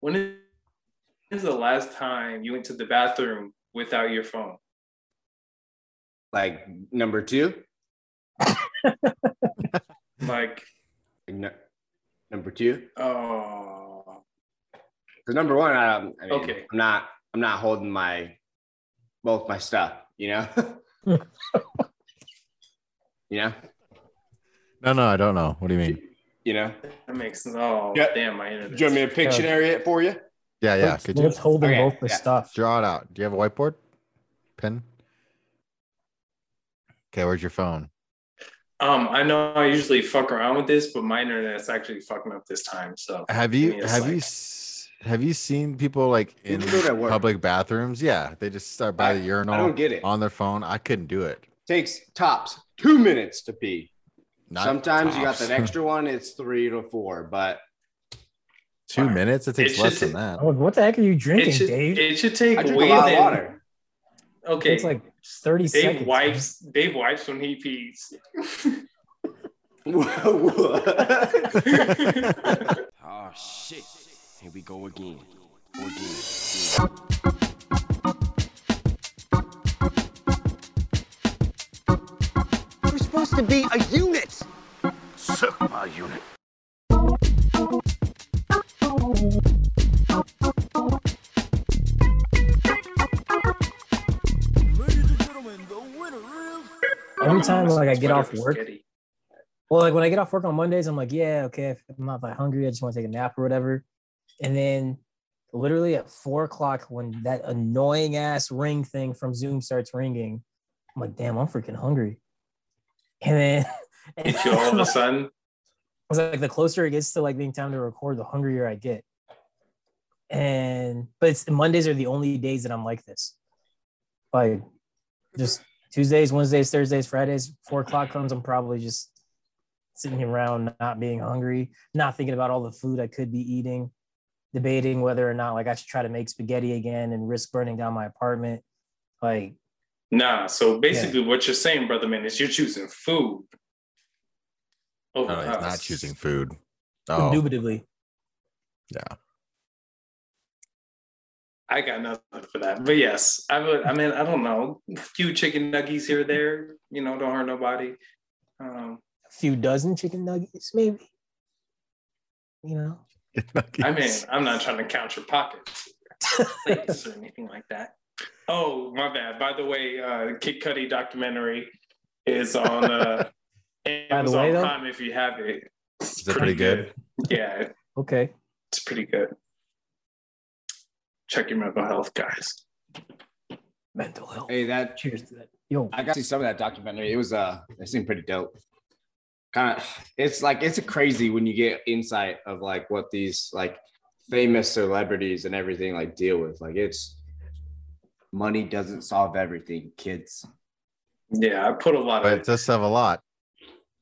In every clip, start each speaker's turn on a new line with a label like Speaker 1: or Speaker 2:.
Speaker 1: when is the last time you went to the bathroom without your phone?
Speaker 2: Like number two,
Speaker 1: Like,
Speaker 2: Like, nu- number two.
Speaker 1: oh,
Speaker 2: Because number one, I, I mean,
Speaker 1: Okay.
Speaker 2: I'm not, I'm not holding my both my stuff. You know. you know.
Speaker 3: No, no, I don't know. What do you mean?
Speaker 2: You know.
Speaker 1: that makes sense. Oh,
Speaker 2: Yeah.
Speaker 1: damn, my internet.
Speaker 2: Do you want me to Pictionary it for you?
Speaker 3: Yeah, yeah.
Speaker 4: Let's,
Speaker 3: Could you
Speaker 4: let's hold them
Speaker 2: Okay,
Speaker 4: both the
Speaker 2: yeah.
Speaker 4: stuff.
Speaker 3: draw it out? Do you have a whiteboard? Pen? Okay, where's your phone?
Speaker 1: Um, I know I usually fuck around with this, but my internet's actually fucking up this time. So
Speaker 3: Have
Speaker 1: I
Speaker 3: you
Speaker 1: mean, it's
Speaker 3: have you
Speaker 1: like-
Speaker 3: s- have you seen people like in
Speaker 2: People do it at work.
Speaker 3: public bathrooms? Yeah, they just start by the
Speaker 2: I
Speaker 3: urinal
Speaker 2: don't get it.
Speaker 3: on their phone. I couldn't do it.
Speaker 2: Takes tops two minutes to pee.
Speaker 3: Not
Speaker 2: Sometimes you got
Speaker 3: tops.
Speaker 2: that extra one. It's three to four, but
Speaker 3: two minutes. It takes
Speaker 1: It's
Speaker 3: less
Speaker 1: just-
Speaker 3: than that.
Speaker 4: Oh, what the heck are you
Speaker 1: it
Speaker 4: drinking,
Speaker 1: should
Speaker 4: Dave?
Speaker 1: it should take
Speaker 2: I drink
Speaker 1: way
Speaker 2: a lot of
Speaker 1: than-
Speaker 2: water.
Speaker 1: Okay,
Speaker 4: it's like 30
Speaker 1: Dave
Speaker 4: seconds.
Speaker 1: wipes. Dave wipes when he pees.
Speaker 5: Oh shit. Here we go again. Again.
Speaker 6: We're supposed to be a unit.
Speaker 4: Every time like I
Speaker 1: Sweater
Speaker 4: get off
Speaker 1: is
Speaker 4: work,
Speaker 1: getty.
Speaker 4: well, like when I get off work on Mondays, I'm like, yeah, okay, if I'm not that hungry, I just want to take a nap or whatever. And then literally at four o'clock, when that annoying ass ring thing from Zoom starts ringing, I'm like, damn, I'm freaking hungry. And then
Speaker 1: Hit you all of a sudden.
Speaker 4: It's like the closer it gets to like being time to record, the hungrier I get. And but it's Mondays are the only days that I'm like this. Like just Tuesdays, Wednesdays, Thursdays, Fridays, four o'clock comes, I'm probably just sitting around not being hungry, not thinking about all the food I could be eating, debating whether or not like I should try to make spaghetti again and risk burning down my apartment. Like
Speaker 1: Nah. So basically, what you're saying, brother man, is you're choosing food. Oh,
Speaker 3: No, he's not choosing food. Oh,
Speaker 4: indubitably.
Speaker 1: I got nothing for that. But yes, I would. I mean, I don't know. A few chicken nuggies here, or there. You know, don't hurt nobody. Um,
Speaker 4: A few dozen chicken nuggets, maybe. You know.
Speaker 1: I mean, I'm not trying to count your pockets, plates, or anything like that. Oh, my bad. By the way, uh, Kid Cudi documentary is on uh, Amazon
Speaker 4: though?
Speaker 1: Prime if you have it. It's
Speaker 3: Is it pretty
Speaker 1: good. Yeah,
Speaker 4: Okay.
Speaker 1: it's pretty good. Check your mental health, guys.
Speaker 4: Mental health.
Speaker 2: hey, that
Speaker 4: Cheers to that. Yo,
Speaker 2: I got to see some of that documentary. It was uh, it seemed pretty dope. Kind of, it's like it's crazy when you get insight of like what these like famous celebrities and everything like deal with. Like it's money doesn't solve everything, kids.
Speaker 1: Yeah, I put a lot
Speaker 3: but
Speaker 1: of
Speaker 3: it does have a lot.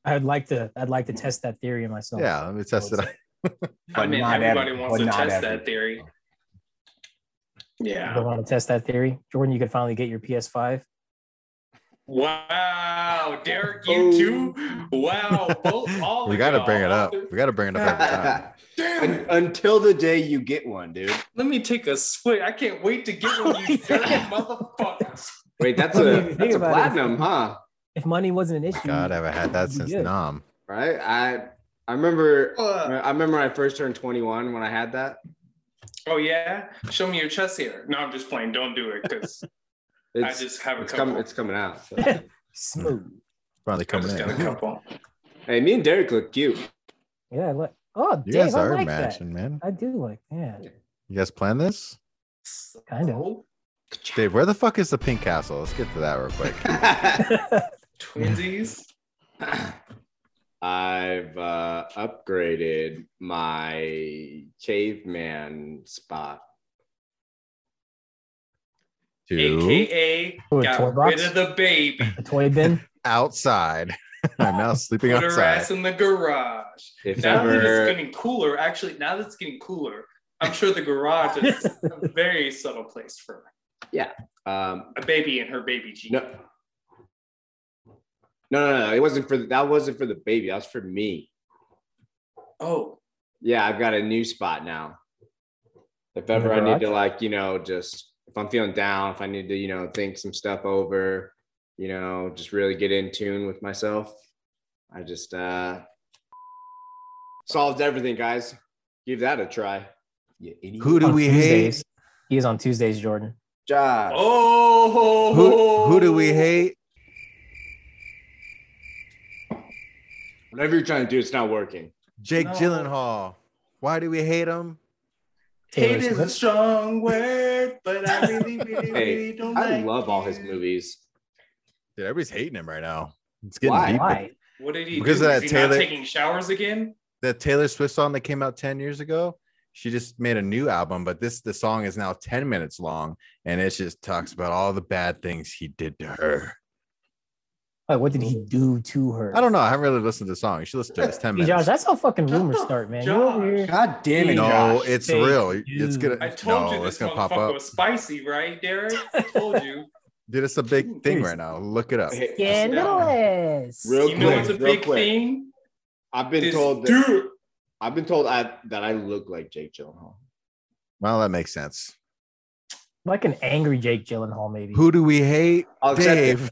Speaker 4: I'd like to. I'd like to test that theory myself.
Speaker 3: Yeah, let me test it. out.
Speaker 1: I mean,
Speaker 2: not
Speaker 1: everybody
Speaker 2: every-
Speaker 1: wants
Speaker 2: but
Speaker 1: to
Speaker 2: not
Speaker 1: test
Speaker 2: every-
Speaker 1: that theory.
Speaker 4: I
Speaker 1: Yeah.
Speaker 4: don't want to test that theory, Jordan. You could finally get your PS5.
Speaker 1: Wow, Derek, you too. Wow, both, all
Speaker 3: We
Speaker 1: of
Speaker 3: got to
Speaker 1: y'all.
Speaker 3: bring it up. We got to bring it up. Every time.
Speaker 1: Damn it.
Speaker 2: Un- Until the day you get one, dude.
Speaker 1: Let me take a swig. I can't wait to get one of these dirty
Speaker 2: Yeah.
Speaker 1: motherfuckers.
Speaker 2: Wait, that's
Speaker 4: Well, if
Speaker 2: a
Speaker 4: you think
Speaker 2: that's a
Speaker 4: about it-
Speaker 2: platinum, huh?
Speaker 4: If money wasn't an issue,
Speaker 3: God, I haven't had that
Speaker 4: You
Speaker 3: since
Speaker 4: did.
Speaker 3: Nom.
Speaker 2: Right? I I remember
Speaker 1: Uh,
Speaker 2: I remember when I first turned 21 when I had that.
Speaker 1: oh yeah, show me your chest hair. No, I'm just playing. Don't do it because I
Speaker 2: It's
Speaker 1: just have a
Speaker 2: it's
Speaker 1: couple.
Speaker 2: coming it's coming out. so.
Speaker 4: smooth.
Speaker 3: Finally
Speaker 1: I
Speaker 3: coming
Speaker 1: just
Speaker 3: in.
Speaker 1: got a couple.
Speaker 2: hey, me and Derek look cute.
Speaker 4: Yeah, I like. Oh,
Speaker 3: You
Speaker 4: Dave,
Speaker 3: guys
Speaker 4: I
Speaker 3: are
Speaker 4: like
Speaker 3: matching, man.
Speaker 4: that. I do like. Yeah,
Speaker 3: You guys plan this?
Speaker 4: kind of.
Speaker 3: Dave, where the fuck is the pink castle? Let's get to that real quick.
Speaker 1: Twinsies.
Speaker 2: I've uh, upgraded my caveman spot.
Speaker 3: To
Speaker 1: AKA
Speaker 4: Ooh, Oh, a toy
Speaker 1: got
Speaker 4: box?
Speaker 1: rid of the baby.
Speaker 4: A toy bin.
Speaker 3: outside. I'm now sleeping
Speaker 1: Put her
Speaker 3: outside.
Speaker 1: ass in the garage.
Speaker 2: If
Speaker 1: now that
Speaker 2: ever,
Speaker 1: it's getting cooler, actually, now that it's getting cooler, I'm sure the garage is a very subtle place for
Speaker 2: um,
Speaker 1: a baby and her baby G.
Speaker 2: no, no, no, no, it wasn't for that. Wasn't for the baby. That was for me.
Speaker 1: Oh,
Speaker 2: Yeah, I've got a new spot now. If ever
Speaker 4: the
Speaker 2: I need
Speaker 4: garage?
Speaker 2: to, like, you know, just if I'm feeling down, if I need to, you know, think some stuff over, you know, just really get in tune with myself, I just uh solved everything, guys. Give that a try. You idiot.
Speaker 3: Who do
Speaker 4: On
Speaker 3: we
Speaker 4: Tuesdays.
Speaker 3: hate?
Speaker 4: He is on Tuesdays, Jordan.
Speaker 2: Ja.
Speaker 1: Oh,
Speaker 3: Who, who do we hate?
Speaker 2: Whatever you're trying to do, it's not working.
Speaker 3: Jake
Speaker 1: No.
Speaker 3: Gyllenhaal. Why do we hate him?
Speaker 4: Taylor
Speaker 1: Hate is a
Speaker 4: Swift.
Speaker 1: strong word, but I really, really, really
Speaker 2: Hey,
Speaker 1: don't
Speaker 2: I
Speaker 1: like
Speaker 2: love all his
Speaker 1: you.
Speaker 2: movies.
Speaker 3: Dude, everybody's hating him right now. It's getting
Speaker 2: Why?
Speaker 3: deep.
Speaker 4: Why?
Speaker 1: What did he
Speaker 3: Because
Speaker 1: do?
Speaker 3: of
Speaker 1: Is
Speaker 3: that
Speaker 1: he
Speaker 3: Taylor-
Speaker 1: not taking showers again?
Speaker 3: That Taylor Swift song that came out 10 years ago, she just made a new album, but this the song is now 10 minutes long and it just talks about all the bad things he did to her.
Speaker 4: Like, what did he do to her?
Speaker 3: I don't know. I haven't really listened to the song. You should listen to it. It's 10
Speaker 4: Hey, Josh,
Speaker 3: minutes.
Speaker 4: that's how fucking
Speaker 1: Shut
Speaker 4: rumors
Speaker 1: up,
Speaker 4: start, man.
Speaker 1: Josh.
Speaker 4: You over here.
Speaker 2: God damn it,
Speaker 4: No,
Speaker 2: Josh.
Speaker 3: no, it's
Speaker 4: Thank
Speaker 3: real.
Speaker 4: you.
Speaker 3: It's gonna
Speaker 1: I told
Speaker 3: no,
Speaker 1: you this
Speaker 3: it's gonna pop up.
Speaker 1: motherfucker was spicy, right, Derek? I told you.
Speaker 3: Dude, it's a big thing right now. Look it up.
Speaker 2: Hey,
Speaker 4: Scandalous.
Speaker 2: Real
Speaker 1: you know
Speaker 2: quick,
Speaker 1: what's a
Speaker 2: real
Speaker 1: big
Speaker 2: quick.
Speaker 1: thing?
Speaker 2: I've been
Speaker 1: This
Speaker 2: told that,
Speaker 1: dude.
Speaker 2: I've been told I, that I look like Jake Gyllenhaal.
Speaker 3: Well, that makes sense.
Speaker 4: Like an angry Jake Gyllenhaal, maybe.
Speaker 3: Who do we hate?
Speaker 2: I'll accept it.
Speaker 3: Dave.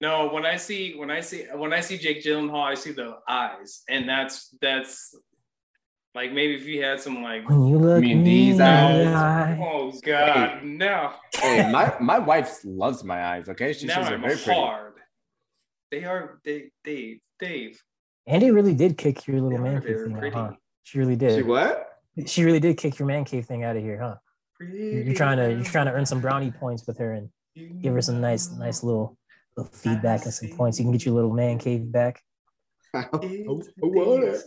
Speaker 1: No, when I see when I see when I see Jake Gyllenhaal, I see the eyes, and that's that's like maybe if you had some like
Speaker 4: when you look
Speaker 2: I mean, these
Speaker 4: me in
Speaker 2: eyes-
Speaker 4: the eye.
Speaker 1: oh god no
Speaker 2: Hey, my, my wife loves my eyes, okay? She
Speaker 1: now
Speaker 2: says they're
Speaker 1: I'm
Speaker 2: very pretty.
Speaker 1: hard. They are they Dave Dave.
Speaker 4: Andy really did kick your
Speaker 1: They
Speaker 4: little man
Speaker 1: are
Speaker 4: cave
Speaker 1: very
Speaker 4: thing out,
Speaker 1: pretty.
Speaker 4: huh? She really
Speaker 2: She
Speaker 4: did.
Speaker 2: what?
Speaker 4: She really did kick your man cave thing out of here, huh? You're you're trying to you're trying to earn some brownie points with her and give her some nice nice little, little feedback and some points. You can get your little man cave back.
Speaker 2: Oh, what?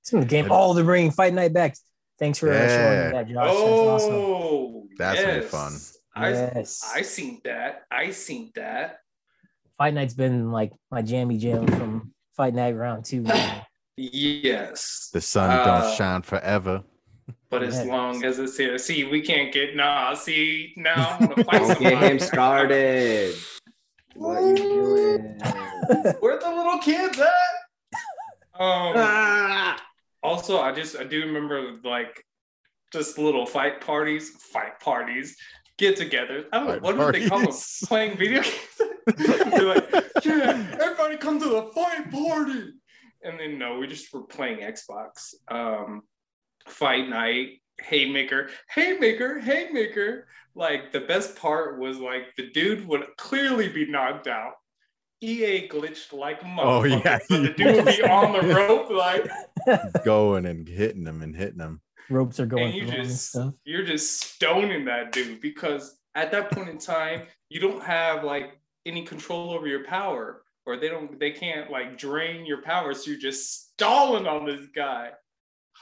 Speaker 4: It's in the game. All the ring fight night back. Thanks for uh,
Speaker 3: Yeah.
Speaker 4: showing me that, Josh. That's awesome.
Speaker 1: Oh,
Speaker 3: That's gonna be
Speaker 1: yes.
Speaker 3: fun.
Speaker 1: I
Speaker 4: yes.
Speaker 1: I seen that. I seen that.
Speaker 4: Fight Night's been like my jammy jam from Fight Night round two. man.
Speaker 1: Yes.
Speaker 3: The sun
Speaker 1: Uh,
Speaker 3: don't shine forever.
Speaker 1: But as
Speaker 4: Yes.
Speaker 1: long as it's here, see, we can't get nah. See, now I'm gonna fight
Speaker 2: Don't get him
Speaker 1: someone.
Speaker 2: started. What you doing?
Speaker 1: Where the little kids at? Um,
Speaker 2: Ah.
Speaker 1: also, I just I do remember like just little fight parties, fight parties, get together. I don't know
Speaker 3: Fight
Speaker 1: what do they call them?
Speaker 3: parties.
Speaker 1: Playing video games. They're like, yeah, everybody come to the fight party. And then no, we just were playing Xbox. Um, fight night, haymaker, haymaker, haymaker. Like the best part was like the dude would clearly be knocked out. EA glitched like a
Speaker 3: Oh,
Speaker 1: motherfucker.
Speaker 3: yeah.
Speaker 1: So the dude would be on the rope, like
Speaker 3: Going and hitting them and hitting them.
Speaker 4: Ropes are going
Speaker 1: and
Speaker 4: through
Speaker 1: you
Speaker 4: him and
Speaker 1: just
Speaker 4: stuff.
Speaker 1: you're just stoning that dude because at that point in time you don't have like any control over your power or they don't they can't like drain your power so you're just stalling on this guy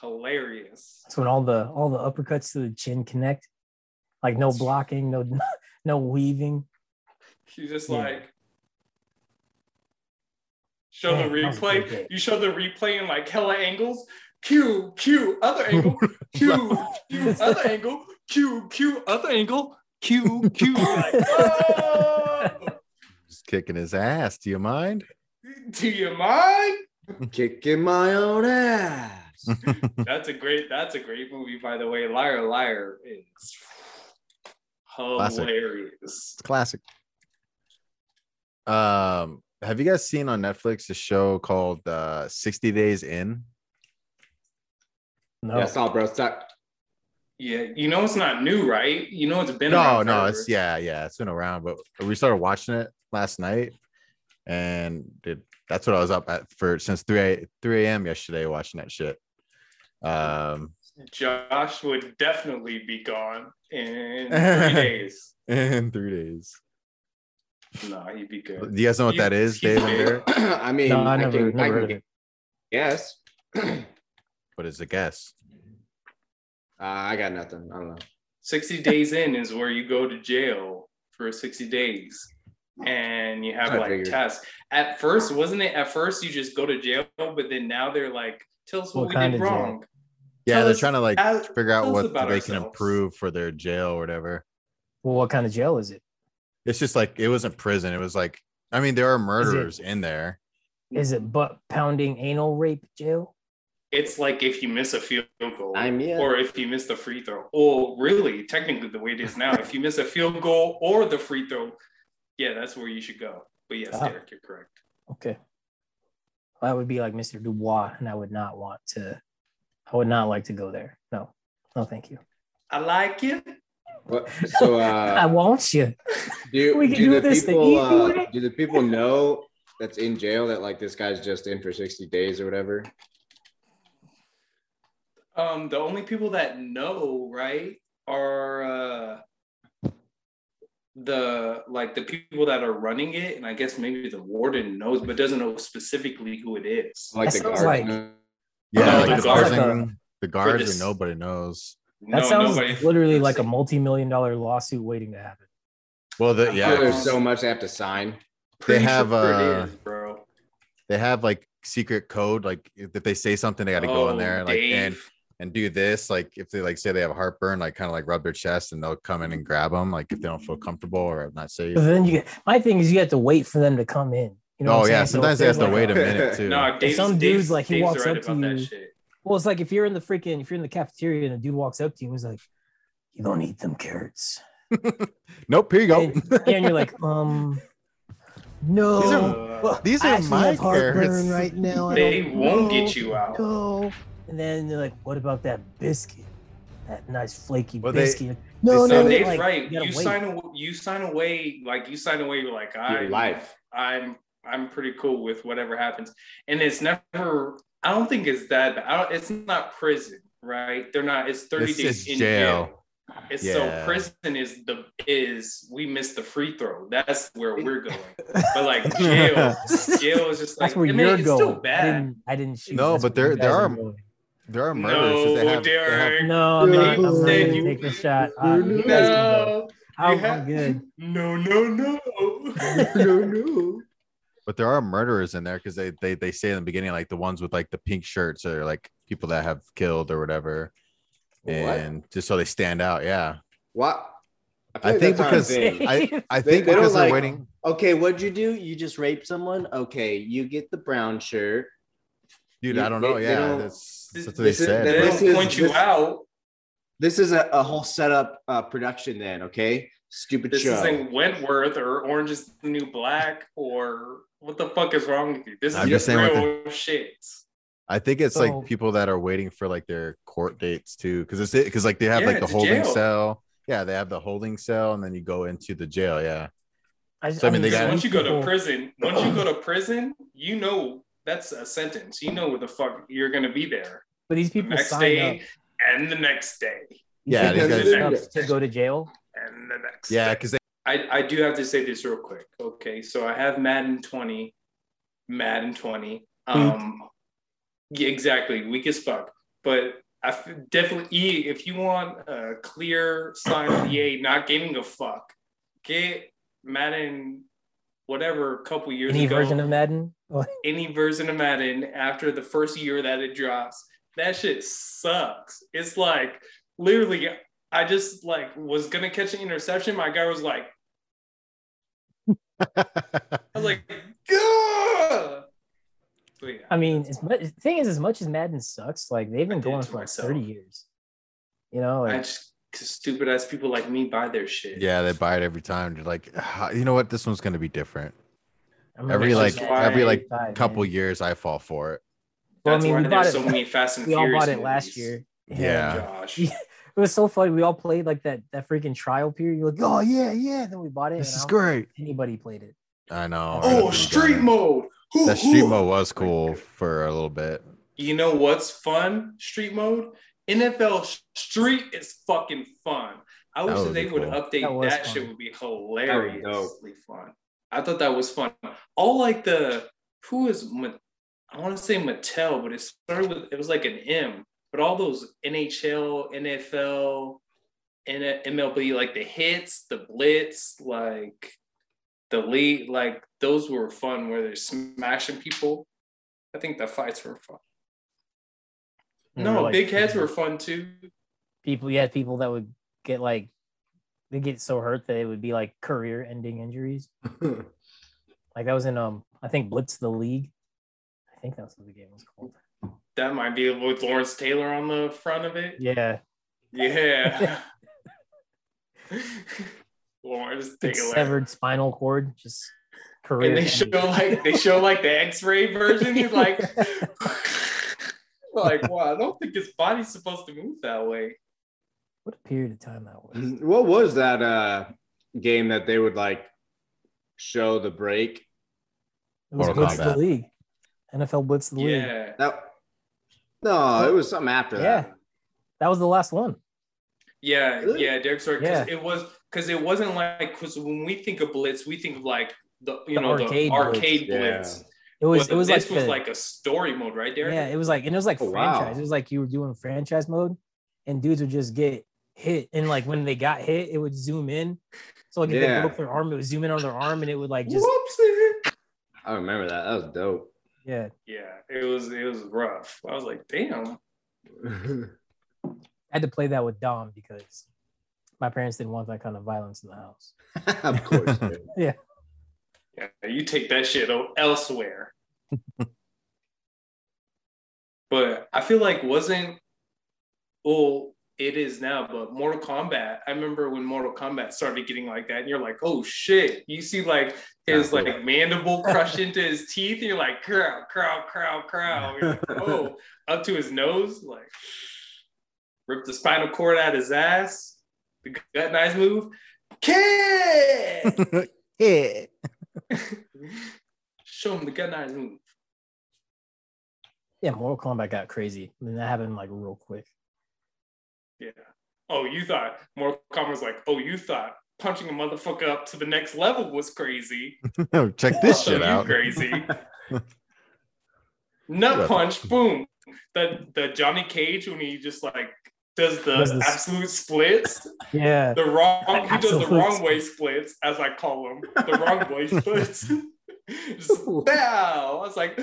Speaker 1: hilarious
Speaker 4: That's when all the all the uppercuts to the chin connect. Like no blocking, no no weaving.
Speaker 1: he's just
Speaker 4: Yeah.
Speaker 1: like show the
Speaker 4: Man, that was a good
Speaker 1: replay
Speaker 4: hit.
Speaker 1: you show the replay in like hella angles q q other angle q q other angle q q other angle q q like, oh!
Speaker 3: Just kicking his ass. Do you mind?
Speaker 1: Do you mind?
Speaker 2: Kicking my own ass.
Speaker 4: Oh.
Speaker 1: That's a great. That's a great movie, by the way. Liar, liar is
Speaker 3: Classic.
Speaker 1: hilarious.
Speaker 3: It's classic. Um, have you guys seen on Netflix a show called uh 60 Days In?
Speaker 4: No.
Speaker 2: That's all, bro. Stop.
Speaker 1: Yeah, you know it's not new, right? You know it's been.
Speaker 3: No,
Speaker 1: around
Speaker 3: no,
Speaker 1: forever.
Speaker 3: it's yeah, yeah, it's been around, but we started watching it last night, and dude, that's what I was up at for since 3 a, 3 a.m. yesterday watching that shit. Um,
Speaker 1: Josh would definitely be gone in three days.
Speaker 3: in three days.
Speaker 1: No, he'd be
Speaker 3: Do
Speaker 1: good.
Speaker 3: you guys know what
Speaker 1: You-
Speaker 3: that is,
Speaker 1: you
Speaker 3: Dave and
Speaker 1: did.
Speaker 3: Derek?
Speaker 2: I mean,
Speaker 4: No, I
Speaker 2: I,
Speaker 4: never,
Speaker 2: can,
Speaker 4: never
Speaker 2: I
Speaker 4: heard of
Speaker 2: can
Speaker 4: it.
Speaker 2: guess. uh,
Speaker 3: What is the guess?
Speaker 2: I got nothing. I don't know.
Speaker 1: Sixty days in is where you go to jail for sixty days, and you have
Speaker 2: I
Speaker 1: like
Speaker 2: figured.
Speaker 1: tests. At first, wasn't it? At first, you just go to jail, but then now they're like, "Tell us
Speaker 4: What
Speaker 1: what, we
Speaker 4: kind
Speaker 1: did
Speaker 4: of jail?
Speaker 1: wrong."
Speaker 3: Yeah,
Speaker 1: Tell
Speaker 3: they're
Speaker 1: us-
Speaker 3: trying to like
Speaker 1: as-
Speaker 3: figure out
Speaker 1: tell us
Speaker 3: what they
Speaker 1: about
Speaker 3: can
Speaker 1: ourselves.
Speaker 3: improve for their jail or whatever.
Speaker 4: Well, what kind of jail is it?
Speaker 3: It's just like it wasn't prison. It was like, I mean, there are murderers in there.
Speaker 4: Is it butt pounding anal rape jail?
Speaker 1: it's like if you miss a field goal
Speaker 2: I'm- yeah.
Speaker 1: or if you miss the free throw. Or really, technically, the way it is now, if you miss a field goal or the free throw, yeah, that's where you should go. But yes,
Speaker 4: Ah.
Speaker 1: Derek, you're correct.
Speaker 4: Okay. I would be like Mr. Dubois, and I would not want to. I would not like to go there. No, no, thank you.
Speaker 1: I like it.
Speaker 2: What- So
Speaker 4: I
Speaker 2: uh,
Speaker 4: want you.
Speaker 2: do,
Speaker 4: we can
Speaker 2: do
Speaker 4: do
Speaker 2: the
Speaker 4: this the
Speaker 2: people
Speaker 4: easy
Speaker 2: uh,
Speaker 4: way.
Speaker 2: do the people know that's in jail that like this guy's just in for sixty days or whatever?
Speaker 1: Um, the only people that know, right, are uh, the like the people that are running it, and I guess maybe the warden knows, but doesn't know specifically who it is.
Speaker 2: Like
Speaker 4: That
Speaker 2: the
Speaker 4: sounds
Speaker 2: guards.
Speaker 4: like-
Speaker 2: know?
Speaker 3: Yeah,
Speaker 4: Oh,
Speaker 1: No,
Speaker 3: like
Speaker 1: the
Speaker 3: the guards,
Speaker 4: guards
Speaker 3: and, the guards
Speaker 1: this-
Speaker 3: and nobody knows.
Speaker 1: no,
Speaker 4: That sounds
Speaker 1: nobody-
Speaker 4: literally like a multi-million dollar lawsuit waiting to happen.
Speaker 3: Well, the,
Speaker 2: Oh,
Speaker 3: yeah,
Speaker 2: there's so much they have to sign.
Speaker 3: they have
Speaker 1: it
Speaker 3: uh,
Speaker 1: is, bro.
Speaker 3: they have like secret code. Like if they say something, they got to go in
Speaker 1: Oh,
Speaker 3: there and like
Speaker 1: Dave.
Speaker 3: and and do this. Like if they like say they have heartburn, like kind of like rub their chest and they'll come in and grab them. Like if they don't feel comfortable or not safe.
Speaker 4: But then you get my thing is you have to wait for them to come in. You know? what
Speaker 3: oh
Speaker 4: I'm
Speaker 3: yeah,
Speaker 4: saying? So
Speaker 3: sometimes
Speaker 4: if
Speaker 3: they have
Speaker 4: there's,
Speaker 3: to
Speaker 4: like,
Speaker 3: wait a minute too.
Speaker 1: No, Dave's,
Speaker 4: some dude's
Speaker 1: Dave's-
Speaker 4: like, he
Speaker 1: Dave's
Speaker 4: walks
Speaker 1: right
Speaker 4: up to
Speaker 1: about that
Speaker 4: you.
Speaker 1: shit.
Speaker 4: Well, it's like if you're in the freaking if you're in the cafeteria and a dude walks up to you and is like, "You don't eat them carrots,"
Speaker 3: Nope, here you go.
Speaker 4: and, and you're like, "Um, Oh, no."
Speaker 3: These are-
Speaker 1: Uh,
Speaker 3: These
Speaker 4: I
Speaker 3: are
Speaker 4: actually
Speaker 3: my
Speaker 4: have heartburn
Speaker 3: carrots.
Speaker 4: right now. I
Speaker 1: they
Speaker 4: don't
Speaker 1: won't
Speaker 4: know.
Speaker 1: get you out.
Speaker 4: Oh, No. And then they're like, what about that biscuit? That nice flaky
Speaker 3: Well, they-
Speaker 4: biscuit. no,
Speaker 3: they
Speaker 1: So
Speaker 4: no,
Speaker 3: said-
Speaker 4: no.
Speaker 1: Dave's
Speaker 4: Like,
Speaker 1: right.
Speaker 4: You
Speaker 1: You,
Speaker 4: gotta wait.
Speaker 1: sign a, you sign away like you sign away. You're like
Speaker 2: Your
Speaker 1: I
Speaker 2: life.
Speaker 1: I'm I'm pretty cool with whatever happens. And it's never I don't think it's that bad. I don't, it's not prison, right? They're not it's 30
Speaker 3: It's-
Speaker 1: days
Speaker 3: it's
Speaker 1: in
Speaker 3: jail.
Speaker 1: jail. It's
Speaker 3: Yeah.
Speaker 1: so prison is the is we miss the free throw. That's where we're going. But like jail, jail is just like
Speaker 4: That's where
Speaker 1: I mean,
Speaker 4: you're
Speaker 1: it's
Speaker 4: going.
Speaker 1: still
Speaker 4: I,
Speaker 1: bad.
Speaker 4: didn't, I didn't shoot.
Speaker 3: No,
Speaker 4: That's
Speaker 3: but
Speaker 4: where
Speaker 3: there-
Speaker 4: you
Speaker 3: there
Speaker 4: guys
Speaker 3: are-
Speaker 4: are going.
Speaker 3: There are murders. 'cause
Speaker 1: No,
Speaker 3: they have- they have-
Speaker 1: Derek.
Speaker 4: No, I'm not. I'm not
Speaker 1: Please,
Speaker 4: gonna
Speaker 1: then you-
Speaker 4: take the shot. I'm, you guys can go.
Speaker 1: No,
Speaker 4: I'm,
Speaker 1: you have-
Speaker 4: I'm good.
Speaker 1: no, no, no.
Speaker 2: no.
Speaker 3: but there are murderers in there because they, they they say in the beginning like the ones with like the pink shirts are like people that have killed or whatever,
Speaker 2: What?
Speaker 3: and just so they stand out. Yeah,
Speaker 2: What?
Speaker 3: I think because-
Speaker 2: because
Speaker 3: I I
Speaker 2: They-
Speaker 3: think
Speaker 2: they don't
Speaker 3: because they're
Speaker 2: like-
Speaker 3: waiting.
Speaker 2: okay, what'd you do? You just raped someone. Okay, you get the brown shirt.
Speaker 3: Dude,
Speaker 2: You-
Speaker 3: I don't
Speaker 2: they-
Speaker 3: know.
Speaker 2: they
Speaker 3: yeah,
Speaker 2: don't-
Speaker 3: that's, that's what they
Speaker 2: this is-
Speaker 3: said.
Speaker 1: They
Speaker 3: but-
Speaker 2: This
Speaker 1: don't
Speaker 2: is-
Speaker 1: point you
Speaker 2: this-
Speaker 1: out.
Speaker 2: This is a, a whole setup uh, production. Then okay, stupid
Speaker 1: This
Speaker 2: show.
Speaker 1: isn't Wentworth or Orange is the New Black or what the fuck is wrong with you? This
Speaker 3: I'm just
Speaker 1: is
Speaker 3: saying what
Speaker 1: real shit.
Speaker 3: I think it's
Speaker 4: So-
Speaker 3: like people that are waiting for like their court dates too, because it's it because like they have
Speaker 1: Yeah,
Speaker 3: like the
Speaker 1: it's a
Speaker 3: holding
Speaker 1: jail.
Speaker 3: cell. Yeah, they have the holding cell, and then you go into the jail. Yeah,
Speaker 4: I, just,
Speaker 3: So, I mean, they
Speaker 4: need
Speaker 3: got-
Speaker 1: Because
Speaker 4: some
Speaker 1: once you go to
Speaker 4: people-
Speaker 1: prison, once you go to prison, you know that's a sentence. You know where the fuck you're gonna be there.
Speaker 4: But these
Speaker 1: The
Speaker 4: people
Speaker 1: next
Speaker 4: sign
Speaker 1: day
Speaker 4: up.
Speaker 1: and the next day
Speaker 4: These
Speaker 3: Yeah,
Speaker 4: people
Speaker 2: these
Speaker 4: sign
Speaker 1: guys-
Speaker 4: up to go to jail.
Speaker 1: and the next
Speaker 3: yeah,
Speaker 1: day.
Speaker 3: because they
Speaker 1: I, I do have to say this real quick. Okay, so I have Madden 20, Madden 20.
Speaker 4: Hmm.
Speaker 1: Um, yeah, exactly, weak as fuck. But I f- definitely, E, if you want a clear sign of EA not giving a fuck, get Madden, whatever, a couple years
Speaker 4: Any
Speaker 1: ago,
Speaker 4: version of Madden?
Speaker 1: any version of Madden after the first year that it drops. That shit sucks. It's like literally, I just like was gonna catch an interception. My guy was like. I was like, Gah! But yeah,
Speaker 4: I mean, as much, the thing is, as much as Madden sucks, like they've
Speaker 1: I
Speaker 4: been
Speaker 1: did it
Speaker 4: going
Speaker 1: to
Speaker 4: for like
Speaker 1: myself.
Speaker 4: 30 years. You know,
Speaker 1: I
Speaker 4: like,
Speaker 1: just cause stupid ass people like me buy their shit.
Speaker 3: yeah they buy it every time. They're like, "Ah, you know what, this one's gonna be different.
Speaker 4: I remember
Speaker 3: every,
Speaker 4: Madden
Speaker 1: like-
Speaker 4: was
Speaker 1: every, like,
Speaker 4: 95, man.
Speaker 3: Couple years, I fall for it.
Speaker 4: Well, I
Speaker 1: that's
Speaker 4: mean, we
Speaker 1: why
Speaker 4: bought
Speaker 1: there's
Speaker 4: it-
Speaker 1: so many Fast and
Speaker 4: we all
Speaker 1: Furious.
Speaker 4: bought it last
Speaker 1: movies.
Speaker 4: year.
Speaker 3: Yeah.
Speaker 1: Josh.
Speaker 4: Yeah. It was so funny. We all played like that that freaking trial period. You're like, oh yeah, yeah. And then we bought it.
Speaker 3: This
Speaker 4: and
Speaker 3: is
Speaker 4: I don't
Speaker 3: great.
Speaker 4: think Anybody played it.
Speaker 3: I know. right
Speaker 1: Oh,
Speaker 3: after we got
Speaker 1: street
Speaker 3: it.
Speaker 1: mode. Hoo,
Speaker 3: That street
Speaker 1: hoo.
Speaker 3: mode was cool for a little bit.
Speaker 1: You know what's fun? Street mode. NFL s- Street is fucking fun. I wish
Speaker 3: would
Speaker 1: that they
Speaker 3: be
Speaker 1: would
Speaker 3: cool.
Speaker 1: update
Speaker 4: That
Speaker 1: that.
Speaker 4: was fun.
Speaker 1: shit would be
Speaker 2: That was
Speaker 1: hilariously fun. I thought that was fun. All like the who is Ma- I want to say Mattel, but it started with it was like an M. But all those NHL, NFL, and MLB, like the hits, the blitz, like the lead, like those were fun where they're smashing people. I think the fights were fun.
Speaker 4: And
Speaker 1: No,
Speaker 4: we're like-
Speaker 1: big heads were fun too.
Speaker 4: people. You had people that would get like they get so hurt that it would be like career ending injuries. like that was in um I think Blitz the League. I think that's what the game was called.
Speaker 1: That might be with Lawrence Taylor on the front of it.
Speaker 4: Yeah.
Speaker 1: Yeah. Lawrence
Speaker 4: Like
Speaker 1: Taylor.
Speaker 4: severed spinal cord, just career.
Speaker 1: And they
Speaker 4: ending.
Speaker 1: show like they show like the X-ray version. He's like, like, wow, I don't think his body's supposed to move that way.
Speaker 4: what a period of time that was.
Speaker 2: What was that uh game that they would like show the break?
Speaker 4: It was
Speaker 3: Mortal
Speaker 4: Blitz the
Speaker 3: Kombat.
Speaker 4: League. NFL Blitz the League.
Speaker 1: Yeah.
Speaker 2: That no, it was something after
Speaker 4: Yeah.
Speaker 2: that.
Speaker 4: That was the last one.
Speaker 1: Yeah,
Speaker 2: Really?
Speaker 1: yeah, Derek's right.
Speaker 4: Yeah.
Speaker 1: Because it was because it wasn't like because when we think of Blitz, we think of like the you
Speaker 4: The
Speaker 1: know
Speaker 4: arcade
Speaker 1: the
Speaker 4: Blitz.
Speaker 1: arcade
Speaker 2: Yeah.
Speaker 1: Blitz.
Speaker 4: It was
Speaker 1: But
Speaker 4: it was like,
Speaker 1: this was
Speaker 4: the-
Speaker 1: like a story mode, right, Derek?
Speaker 4: yeah, it was like and it was like
Speaker 2: Oh, wow.
Speaker 4: franchise. It was like you were doing franchise mode and dudes would just get hit. And like when they got hit, it would zoom in. So like if
Speaker 2: Yeah.
Speaker 4: they broke their arm, it would zoom in on their arm and it would like just
Speaker 1: Whoopsie.
Speaker 2: I remember that. That was dope.
Speaker 4: yeah.
Speaker 1: Yeah, it was it was rough. I was like, damn.
Speaker 4: I had to play that with Dom because my parents didn't want that kind of violence in the house.
Speaker 2: of course. dude.
Speaker 1: Yeah, you take that shit o- elsewhere. but I feel like wasn't well, it is now, but Mortal Kombat. I remember when Mortal Kombat started getting like that, and you're like, oh shit. You see like his
Speaker 3: Absolutely.
Speaker 1: like mandible crush into his teeth, and you're like, crow, crow, crow, crow. You're like, oh, up to his nose, like rip the spinal cord out his ass. The gut knife move. Kid!
Speaker 3: yeah.
Speaker 1: Show him the gun eyes move.
Speaker 4: Yeah, Mortal Kombat got crazy. I mean, that happened like real quick.
Speaker 1: Yeah. Oh, you thought Mortal Kombat was like, oh, you thought punching a motherfucker up to the next level was crazy.
Speaker 3: No, check this
Speaker 1: Also,
Speaker 3: shit
Speaker 1: you
Speaker 3: out.
Speaker 1: Crazy. Nut punch, boom. The the Johnny Cage when he just like does the
Speaker 4: Does this-
Speaker 1: absolute splits,
Speaker 4: Yeah.
Speaker 1: the wrong he does the
Speaker 4: Absolute
Speaker 1: wrong way splits, as I call them, the wrong way splits. just
Speaker 2: Ooh.
Speaker 1: bow. I was like,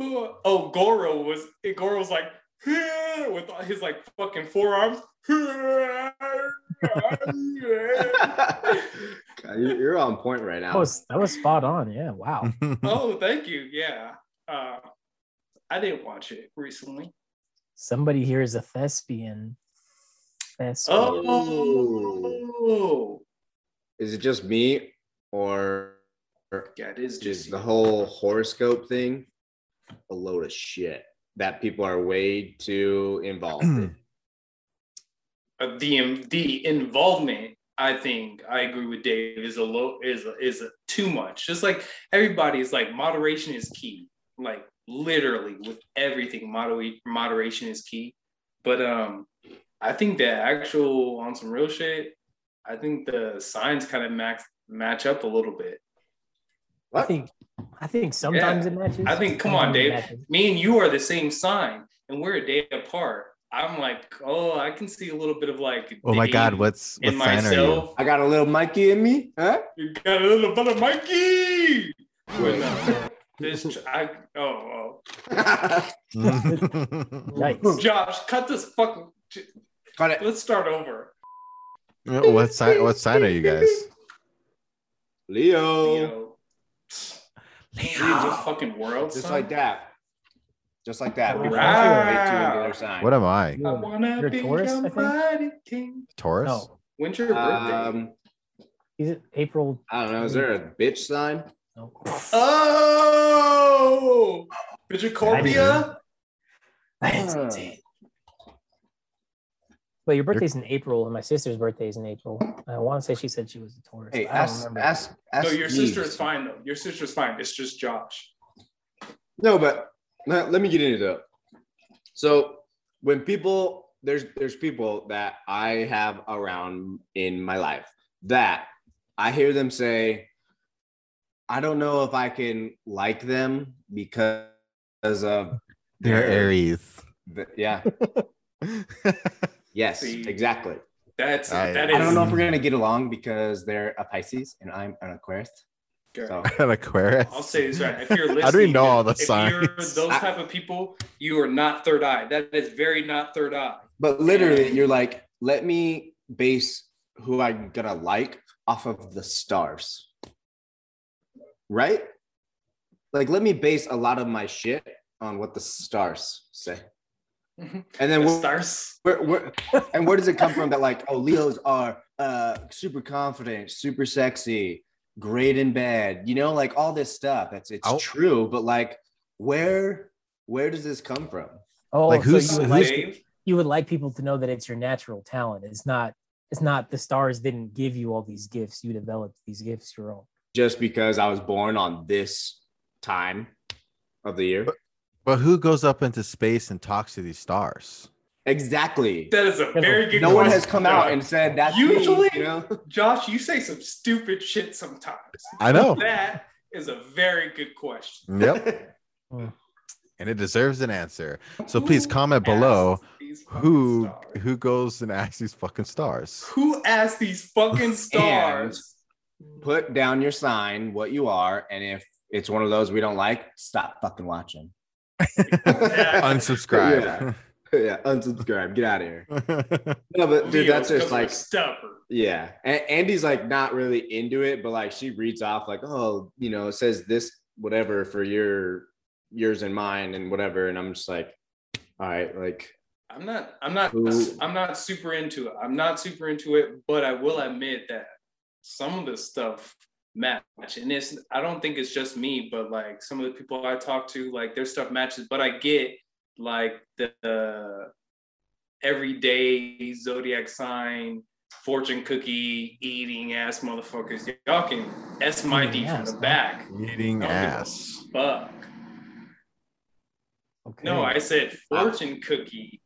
Speaker 1: oh, oh, Goro was Goro was like "Huh," with all his like fucking forearms.
Speaker 2: God, you- You're on point right
Speaker 4: That
Speaker 3: Oh,
Speaker 2: now.
Speaker 4: was that was spot on. Yeah.
Speaker 3: Hmm.
Speaker 4: Wow.
Speaker 1: oh, thank you. Yeah. Uh, I didn't watch it recently.
Speaker 4: Somebody here is a thespian. Thespian.
Speaker 1: Oh,
Speaker 2: Is it just me or or
Speaker 1: yeah, it is
Speaker 2: just
Speaker 1: just
Speaker 2: the whole horoscope thing? A load of shit that people are way too involved in.
Speaker 1: uh, the the involvement. I think I agree with Dave. Is a low is a, is a, too much. Just like everybody's like moderation is key. Like literally with everything, moderate moderation is key. But um, I think the actual on some real shit. I think the signs kind of max match up a little bit.
Speaker 4: I
Speaker 2: What?
Speaker 4: think I think sometimes
Speaker 1: Yeah.
Speaker 4: it matches.
Speaker 1: I think, come on,
Speaker 4: Sometimes it
Speaker 1: Dave.
Speaker 4: matches.
Speaker 1: Me and you are the same sign, and we're a day apart. I'm like, oh, I can see a little bit of like.
Speaker 3: Oh my
Speaker 1: Dave
Speaker 3: God, what's what
Speaker 1: in
Speaker 3: sign
Speaker 1: myself.
Speaker 2: I got a little Mikey in me, huh?
Speaker 1: You got a little bit of Mikey. When, uh, this, I, oh,
Speaker 3: are
Speaker 1: oh,
Speaker 4: Yikes.
Speaker 1: Josh, cut this fucking.
Speaker 2: Cut it.
Speaker 1: Let's start over.
Speaker 3: you? what sign? What sign are you guys?
Speaker 2: Leo.
Speaker 1: Leo. Leo. Just fucking world.
Speaker 2: Just
Speaker 1: son.
Speaker 2: like that. Just like that. People
Speaker 1: Wow.
Speaker 2: are way too into their sign.
Speaker 3: What am I?
Speaker 1: I
Speaker 4: You're-
Speaker 1: wanna
Speaker 4: you're a
Speaker 1: be
Speaker 4: Taurus, I think?
Speaker 1: somebody king.
Speaker 3: Taurus.
Speaker 4: No.
Speaker 1: When's your birthday?
Speaker 2: um,
Speaker 4: He's a- April.
Speaker 2: I don't know. Is there a bitch sign?
Speaker 4: No.
Speaker 1: oh, did you
Speaker 4: I didn't-
Speaker 1: Corpia?
Speaker 4: I didn't say it. But your birthday's in April, and my sister's birthday is in April. And I want to say she said she was a Taurus.
Speaker 2: Hey,
Speaker 4: but I don't
Speaker 2: ask,
Speaker 4: remember.
Speaker 2: ask, ask.
Speaker 1: No, your
Speaker 2: Eve.
Speaker 1: sister is fine though. Your sister's fine. It's just Josh.
Speaker 2: No, but let, let me get into that. So when people there's there's people that I have around in my life that I hear them say, I don't know if I can like them because of
Speaker 3: They're Aries.
Speaker 2: the- yeah, yes,
Speaker 1: See.
Speaker 2: exactly.
Speaker 1: That's
Speaker 3: I-
Speaker 1: that is.
Speaker 2: I don't know if we're gonna get along because they're a Pisces and I'm an Aquarius. So
Speaker 3: An Aquarius.
Speaker 1: I'll say this right. If you're listening,
Speaker 3: How do we know all the
Speaker 1: if
Speaker 3: signs?
Speaker 1: you're those
Speaker 2: I-
Speaker 1: type of people, you are not third eye. That is very not third eye.
Speaker 2: But literally, you're like, let me base who I'm gonna like off of the stars, right? Like, let me base a lot of my shit on what the stars say. And then
Speaker 1: The
Speaker 2: we're,
Speaker 1: stars.
Speaker 2: Where, where, and where does it come from that like, oh, Leos are uh, super confident, super sexy, great in bed, you know, like all this stuff. That's it's
Speaker 3: I'll-
Speaker 2: true, but like, where where does this come from?
Speaker 4: Oh,
Speaker 3: Like,
Speaker 4: so
Speaker 3: who's-
Speaker 4: you would
Speaker 3: who's-
Speaker 4: like
Speaker 1: Dave,
Speaker 4: you would like people to know that it's your natural talent. It's not. It's not the stars didn't give you all these gifts. You developed these gifts your own.
Speaker 2: Just because I was born on this time of the year.
Speaker 3: But who goes up into space and talks to these stars?
Speaker 2: Exactly.
Speaker 1: that is a very good
Speaker 2: No one has
Speaker 1: question,
Speaker 2: come out
Speaker 1: Josh.
Speaker 2: and said that's
Speaker 1: Usually-
Speaker 2: me, you know.
Speaker 1: Josh, you say some stupid shit sometimes.
Speaker 3: I know.
Speaker 1: That is a very good question.
Speaker 3: yep. And it deserves an answer. So please comment
Speaker 1: Who
Speaker 3: below
Speaker 1: asked these fucking
Speaker 3: who
Speaker 1: stars?
Speaker 3: who goes and asks these fucking stars.
Speaker 1: who asked these fucking stars?
Speaker 2: Put down your sign, what you are, and if it's one of those we don't like, stop fucking watching.
Speaker 3: Unsubscribe.
Speaker 2: Yeah. yeah, unsubscribe. Get out of here. No, but dude,
Speaker 1: Leos,
Speaker 2: that's just
Speaker 1: 'cause we're
Speaker 2: like
Speaker 1: stubborn.
Speaker 2: yeah. A- Andy's like not really into it, but like she reads off like, oh, you know, it says this whatever for your yours and mine and whatever, and I'm just like, all right, like
Speaker 1: I'm not. I'm not.
Speaker 2: Who-
Speaker 1: I'm not super into it. I'm not super into it. But I will admit that some of the stuff match, and it's. I don't think it's just me, but like some of the people I talk to, like their stuff matches. But I get like the, the everyday zodiac sign, fortune cookie eating ass motherfuckers. Y'all can S my D from
Speaker 4: Yes,
Speaker 1: the
Speaker 4: huh?
Speaker 1: back.
Speaker 3: Eating ass.
Speaker 1: Fuck.
Speaker 4: Okay.
Speaker 1: No, I said fortune cookie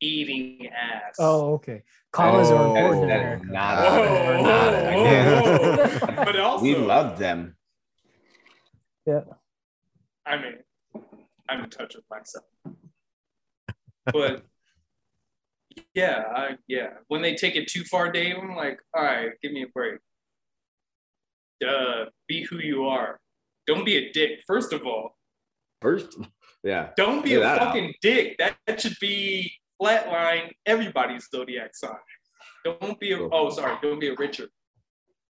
Speaker 1: eating ass.
Speaker 4: Oh, okay. Commas are
Speaker 3: Oh,
Speaker 4: important. in
Speaker 2: that is
Speaker 4: America.
Speaker 2: not-
Speaker 1: Whoa,
Speaker 3: Not it.
Speaker 1: whoa, whoa, whoa. But also,
Speaker 2: we love them.
Speaker 1: I mean, I'm in touch with myself. But yeah, I, yeah. When they take it too far, Dave, I'm like, all right, give me a break. Uh, be who you are. Don't be a dick. First of all,
Speaker 2: First, yeah.
Speaker 1: don't be
Speaker 2: Get
Speaker 1: a
Speaker 2: that out.
Speaker 1: fucking dick. That, that should be flatline everybody's zodiac sign. Don't be a
Speaker 3: Cool.
Speaker 1: oh sorry, don't be a Richard.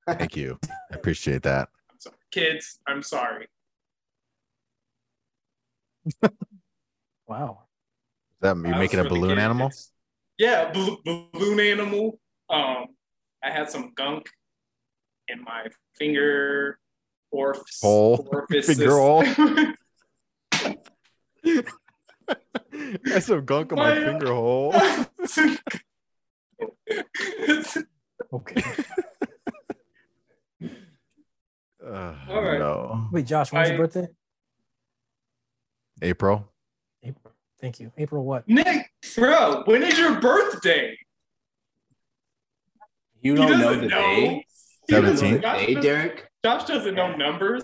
Speaker 3: Thank you. I appreciate that.
Speaker 1: I'm sorry. Kids, I'm sorry.
Speaker 4: Wow.
Speaker 3: Is that you're
Speaker 1: I was
Speaker 3: making a
Speaker 1: really
Speaker 3: balloon
Speaker 1: good at
Speaker 3: animal?
Speaker 1: this. Yeah, bal- balloon animal. Um, I had some gunk in my finger orifice.
Speaker 3: Hole.
Speaker 1: orifices.
Speaker 3: Finger hole. That's some gunk in my
Speaker 1: My-
Speaker 3: finger hole.
Speaker 4: Okay.
Speaker 3: Uh,
Speaker 1: All right.
Speaker 3: No.
Speaker 4: Wait, Josh, when's
Speaker 1: I-
Speaker 4: your birthday?
Speaker 3: April.
Speaker 4: April. Thank you. April what?
Speaker 1: Nick, bro, when is your birthday?
Speaker 2: You
Speaker 1: He
Speaker 2: don't know "Ah,
Speaker 1: doesn't
Speaker 2: the
Speaker 1: know.
Speaker 2: day.
Speaker 1: He doesn't-
Speaker 3: 17th?
Speaker 1: Josh
Speaker 2: Hey,
Speaker 1: doesn't-
Speaker 2: Derek.
Speaker 1: Josh doesn't know numbers.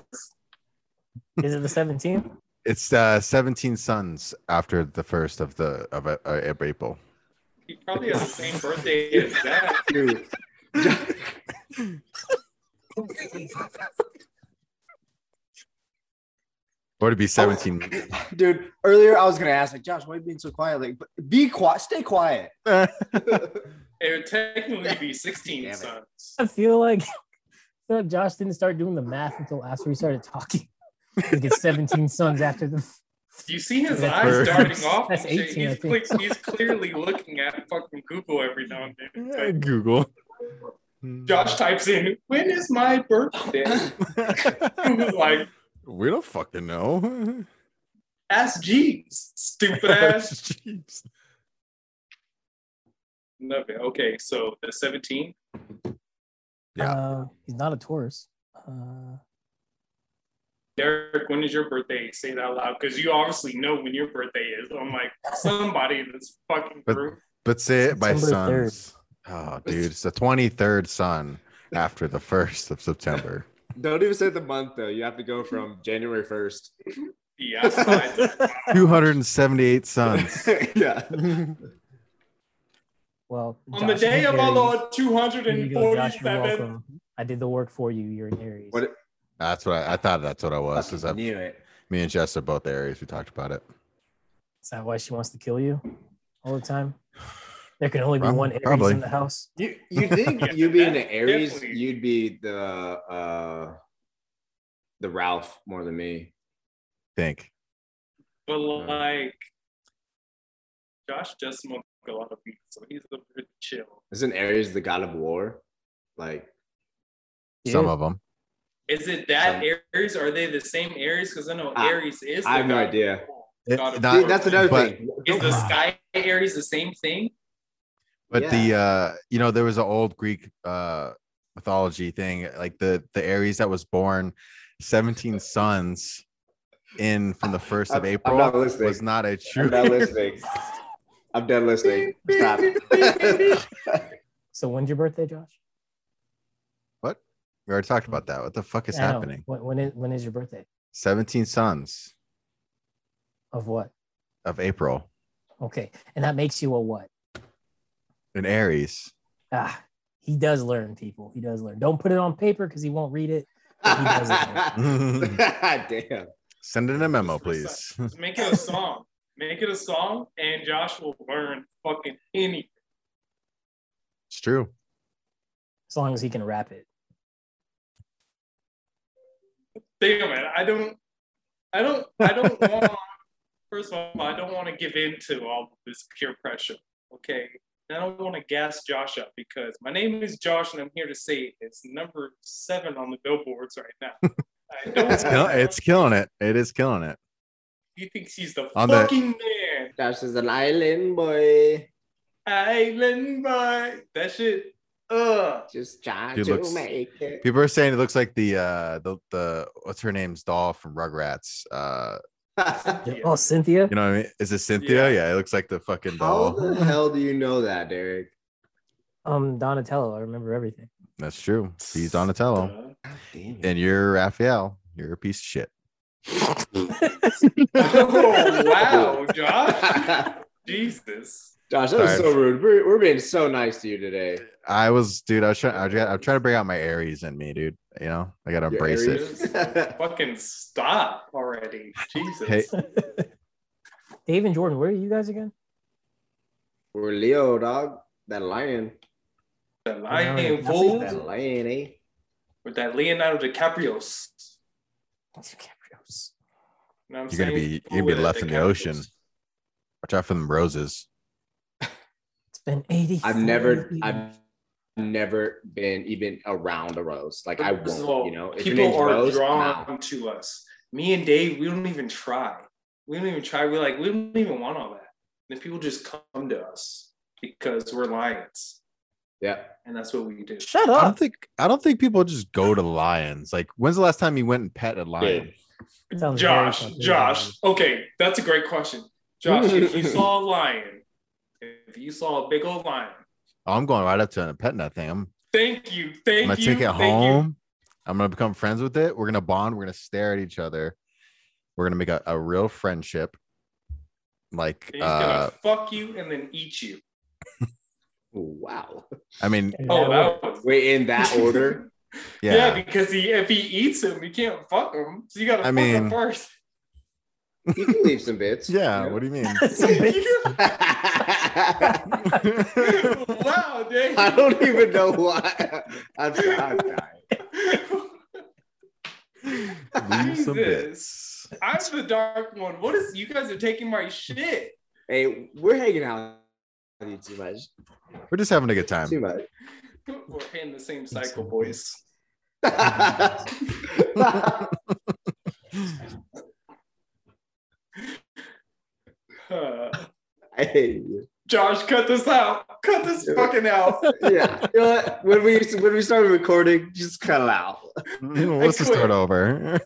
Speaker 4: Is it the 17th?
Speaker 3: It's uh, 17 suns after the first of the of, uh, of April.
Speaker 1: He probably has the same birthday as that.
Speaker 2: Dude.
Speaker 3: Or to be 17.
Speaker 2: Dude, earlier I was gonna ask like Josh, why are you being so quiet? Like, but be quiet, stay quiet.
Speaker 1: It would technically be 16
Speaker 2: Damn it.
Speaker 1: sons.
Speaker 4: I feel like, I feel like Josh didn't start doing the math until after we started talking. He gets 17 sons after the.
Speaker 1: You see his
Speaker 4: That's
Speaker 1: eyes
Speaker 3: bird.
Speaker 1: darting off.
Speaker 4: That's
Speaker 1: and shit.
Speaker 4: 18, I
Speaker 1: He's,
Speaker 4: think.
Speaker 1: cle- he's clearly looking at fucking Google every now and then. It's like,
Speaker 3: Google.
Speaker 1: Josh types in, "When is my birthday?" Google's like,
Speaker 3: we don't fucking know.
Speaker 1: "Ask Jeeves, stupid ass."
Speaker 3: Jeez.
Speaker 1: Love it. Okay, so the 17.
Speaker 3: Yeah.
Speaker 4: Uh, he's not a Taurus. Uh,
Speaker 1: Derek, when is your birthday? Say it out loud because you obviously know when your birthday is. I'm like somebody in this fucking
Speaker 3: But-
Speaker 1: group.
Speaker 3: But say it by
Speaker 4: September
Speaker 3: suns. Oh, dude, it's the 23rd sun after the first of September.
Speaker 2: Don't even say the month though. You have to go from January 1st.
Speaker 1: Yeah, I saw it.
Speaker 3: 278 suns.
Speaker 2: yeah.
Speaker 4: well,
Speaker 1: on the
Speaker 4: Josh,
Speaker 1: day
Speaker 4: you're
Speaker 1: of our
Speaker 4: Aries.
Speaker 1: Lord
Speaker 4: Here you go, Josh, you're
Speaker 1: 247.
Speaker 4: welcome. I did the work for you. You're an Aries.
Speaker 2: What-
Speaker 3: That's what I, I thought. That's what I was. Is
Speaker 2: Fucking
Speaker 3: that me
Speaker 2: knew it.
Speaker 3: and Jess are both Aries. We talked about it.
Speaker 4: Is that why she wants to kill you all the time? There can only be
Speaker 3: Prob-
Speaker 4: one Aries
Speaker 3: probably.
Speaker 4: in the house.
Speaker 2: You you think
Speaker 1: Yeah,
Speaker 2: you'd be in the
Speaker 1: that
Speaker 2: Aries,
Speaker 1: definitely-
Speaker 2: you'd be the uh the Ralph more than me.
Speaker 3: Think.
Speaker 1: But like, Josh does smoke a lot of weed, so he's a bit chill.
Speaker 2: Isn't Aries the god of war? Like,
Speaker 3: Some
Speaker 4: Yeah.
Speaker 3: of them.
Speaker 1: Is it that Aries? Are they the same Aries? Because I know
Speaker 2: Ah,
Speaker 1: Aries is.
Speaker 2: I have
Speaker 1: the
Speaker 2: no
Speaker 1: god of
Speaker 2: idea.
Speaker 1: war.
Speaker 3: It-
Speaker 1: God of
Speaker 3: not-
Speaker 2: See, that's another
Speaker 3: but-
Speaker 2: thing.
Speaker 1: Is the sky Aries the same thing?
Speaker 3: but the uh you know there was an old greek uh mythology thing like the the aries that was born 17 sons in from the first
Speaker 2: I'm-
Speaker 3: of
Speaker 2: I'm
Speaker 3: april
Speaker 2: not listening.
Speaker 3: was not a
Speaker 2: I'm
Speaker 3: true
Speaker 2: done listening. I'm done listening. Stop.
Speaker 4: So when's your birthday, Josh?
Speaker 3: we already talked about that what the fuck is
Speaker 4: I know.
Speaker 3: happening
Speaker 4: When, when is when is your birthday?
Speaker 3: 17 sons
Speaker 4: Of what?
Speaker 3: of april
Speaker 4: Okay, and that makes you a what?
Speaker 3: in aries
Speaker 4: Ah, he does learn, people. He does learn. Don't put it on paper because he won't read it. But he does it.
Speaker 2: Damn.
Speaker 3: send in a memo please
Speaker 1: Just make it a song. Make it a song, and Josh will learn fucking anything.
Speaker 3: it's true
Speaker 4: as long as he can rap it.
Speaker 1: Damn it! I don't. I don't. I don't want. First of all, I don't want to give in to all of this peer pressure. Okay. And I don't want to gas Josh up because my name is Josh, and I'm here to say it's number seven on the billboards right now. I don't.
Speaker 3: it's, kill- it's killing it it is killing it
Speaker 1: he thinks he's the
Speaker 3: On the-
Speaker 1: fucking man.
Speaker 2: Josh is an island boy.
Speaker 1: Island boy. That shit. uh. Ugh.
Speaker 2: Just trying
Speaker 3: Dude
Speaker 2: to
Speaker 3: looks-
Speaker 2: make it.
Speaker 3: people are saying it looks like the uh the, the what's her name's doll from rugrats uh
Speaker 1: Yeah.
Speaker 4: Oh, Cynthia.
Speaker 3: You know what I mean? Is it Cynthia?
Speaker 1: Yeah.
Speaker 3: Yeah, it looks like the
Speaker 2: How
Speaker 3: fucking doll.
Speaker 2: the hell do you know that, Derek?
Speaker 4: Um, Donatello. I remember everything.
Speaker 3: That's true. He's Donatello.
Speaker 2: God damn
Speaker 3: And you're Raphael. You're a piece of shit.
Speaker 1: oh wow, Josh. Jesus.
Speaker 2: Josh, that was
Speaker 3: Sorry.
Speaker 2: so rude. We're, we're being so nice to you today.
Speaker 3: I was, dude, I was trying, I was, I'm trying to bring out my Aries in me, dude. You know, I got to
Speaker 2: Your
Speaker 3: embrace it.
Speaker 2: Aries.
Speaker 1: Fucking stop already. Jesus.
Speaker 3: Hey.
Speaker 4: Dave and Jordan, where are you guys again?
Speaker 2: we're Leo, dog. That lion.
Speaker 1: The lion
Speaker 4: Leonardo
Speaker 1: fool
Speaker 2: That lion, eh?
Speaker 1: with that Leonardo DiCaprio.
Speaker 4: DiCaprio's.
Speaker 1: You know what I'm
Speaker 3: You're gonna
Speaker 1: saying?
Speaker 3: be- you're gonna be
Speaker 1: With
Speaker 3: left in the ocean.
Speaker 1: DiCaprios.
Speaker 3: Watch out for them roses.
Speaker 4: It's been eighty.
Speaker 2: I've never, I've never been even around a rose. Like I
Speaker 1: First of all,
Speaker 2: won't, you know. If your
Speaker 1: people
Speaker 2: name's
Speaker 1: are
Speaker 2: Rose,
Speaker 1: drawn
Speaker 2: nah.
Speaker 1: to us. Me and Dave, we don't even try. We don't even try. We're like, we don't even want all that. Then people just come to us because we're lions,
Speaker 2: Yeah.
Speaker 1: and that's what we do.
Speaker 4: Shut
Speaker 3: I
Speaker 4: up.
Speaker 3: don't think, I don't think people just go to lions. Like, when's the last time you went and pet a lion?
Speaker 4: Sounds very
Speaker 1: Josh,
Speaker 4: fucking
Speaker 1: Josh.
Speaker 4: wrong.
Speaker 1: Okay, that's a great question. Josh, if you saw a lion, if you saw a big old lion,
Speaker 3: Oh, I'm going right up to it and petting that thing. I'm,
Speaker 1: thank you, thank
Speaker 3: I'm gonna
Speaker 1: you.
Speaker 3: take it
Speaker 1: thank
Speaker 3: home. I'm gonna become friends with it. We're gonna bond. We're gonna stare at each other. We're gonna make a, a real friendship. Like,
Speaker 1: You. He's
Speaker 3: uh,
Speaker 1: gonna fuck you and then eat you.
Speaker 2: Wow.
Speaker 3: I mean,
Speaker 4: And
Speaker 1: Oh,
Speaker 4: that
Speaker 1: that was
Speaker 2: Wait, in that order.
Speaker 3: yeah,
Speaker 1: because he if he eats him, you can't fuck him. So you gotta
Speaker 3: I
Speaker 1: fuck him
Speaker 3: mean-
Speaker 1: first.
Speaker 2: you can leave some bits.
Speaker 3: yeah.
Speaker 2: you know?
Speaker 3: What do you mean?
Speaker 4: was- Some bitch.
Speaker 1: wow, Dave.
Speaker 2: I don't even know why. I'm, sorry, I'm sorry.
Speaker 3: Leave some
Speaker 1: Jesus.
Speaker 3: bits.
Speaker 1: I'm the dark one. What is you guys are taking my shit?
Speaker 2: Hey, we're hanging out with you too much.
Speaker 3: We're just having a good time.
Speaker 2: Too much.
Speaker 1: We're in the same cycle, boys. Uh,
Speaker 2: I hate you.
Speaker 1: Josh, cut this out. Cut this fucking out.
Speaker 2: Yeah. You know what? When we when we started recording, just cut it out.
Speaker 3: Let's just
Speaker 1: quit.
Speaker 3: start over.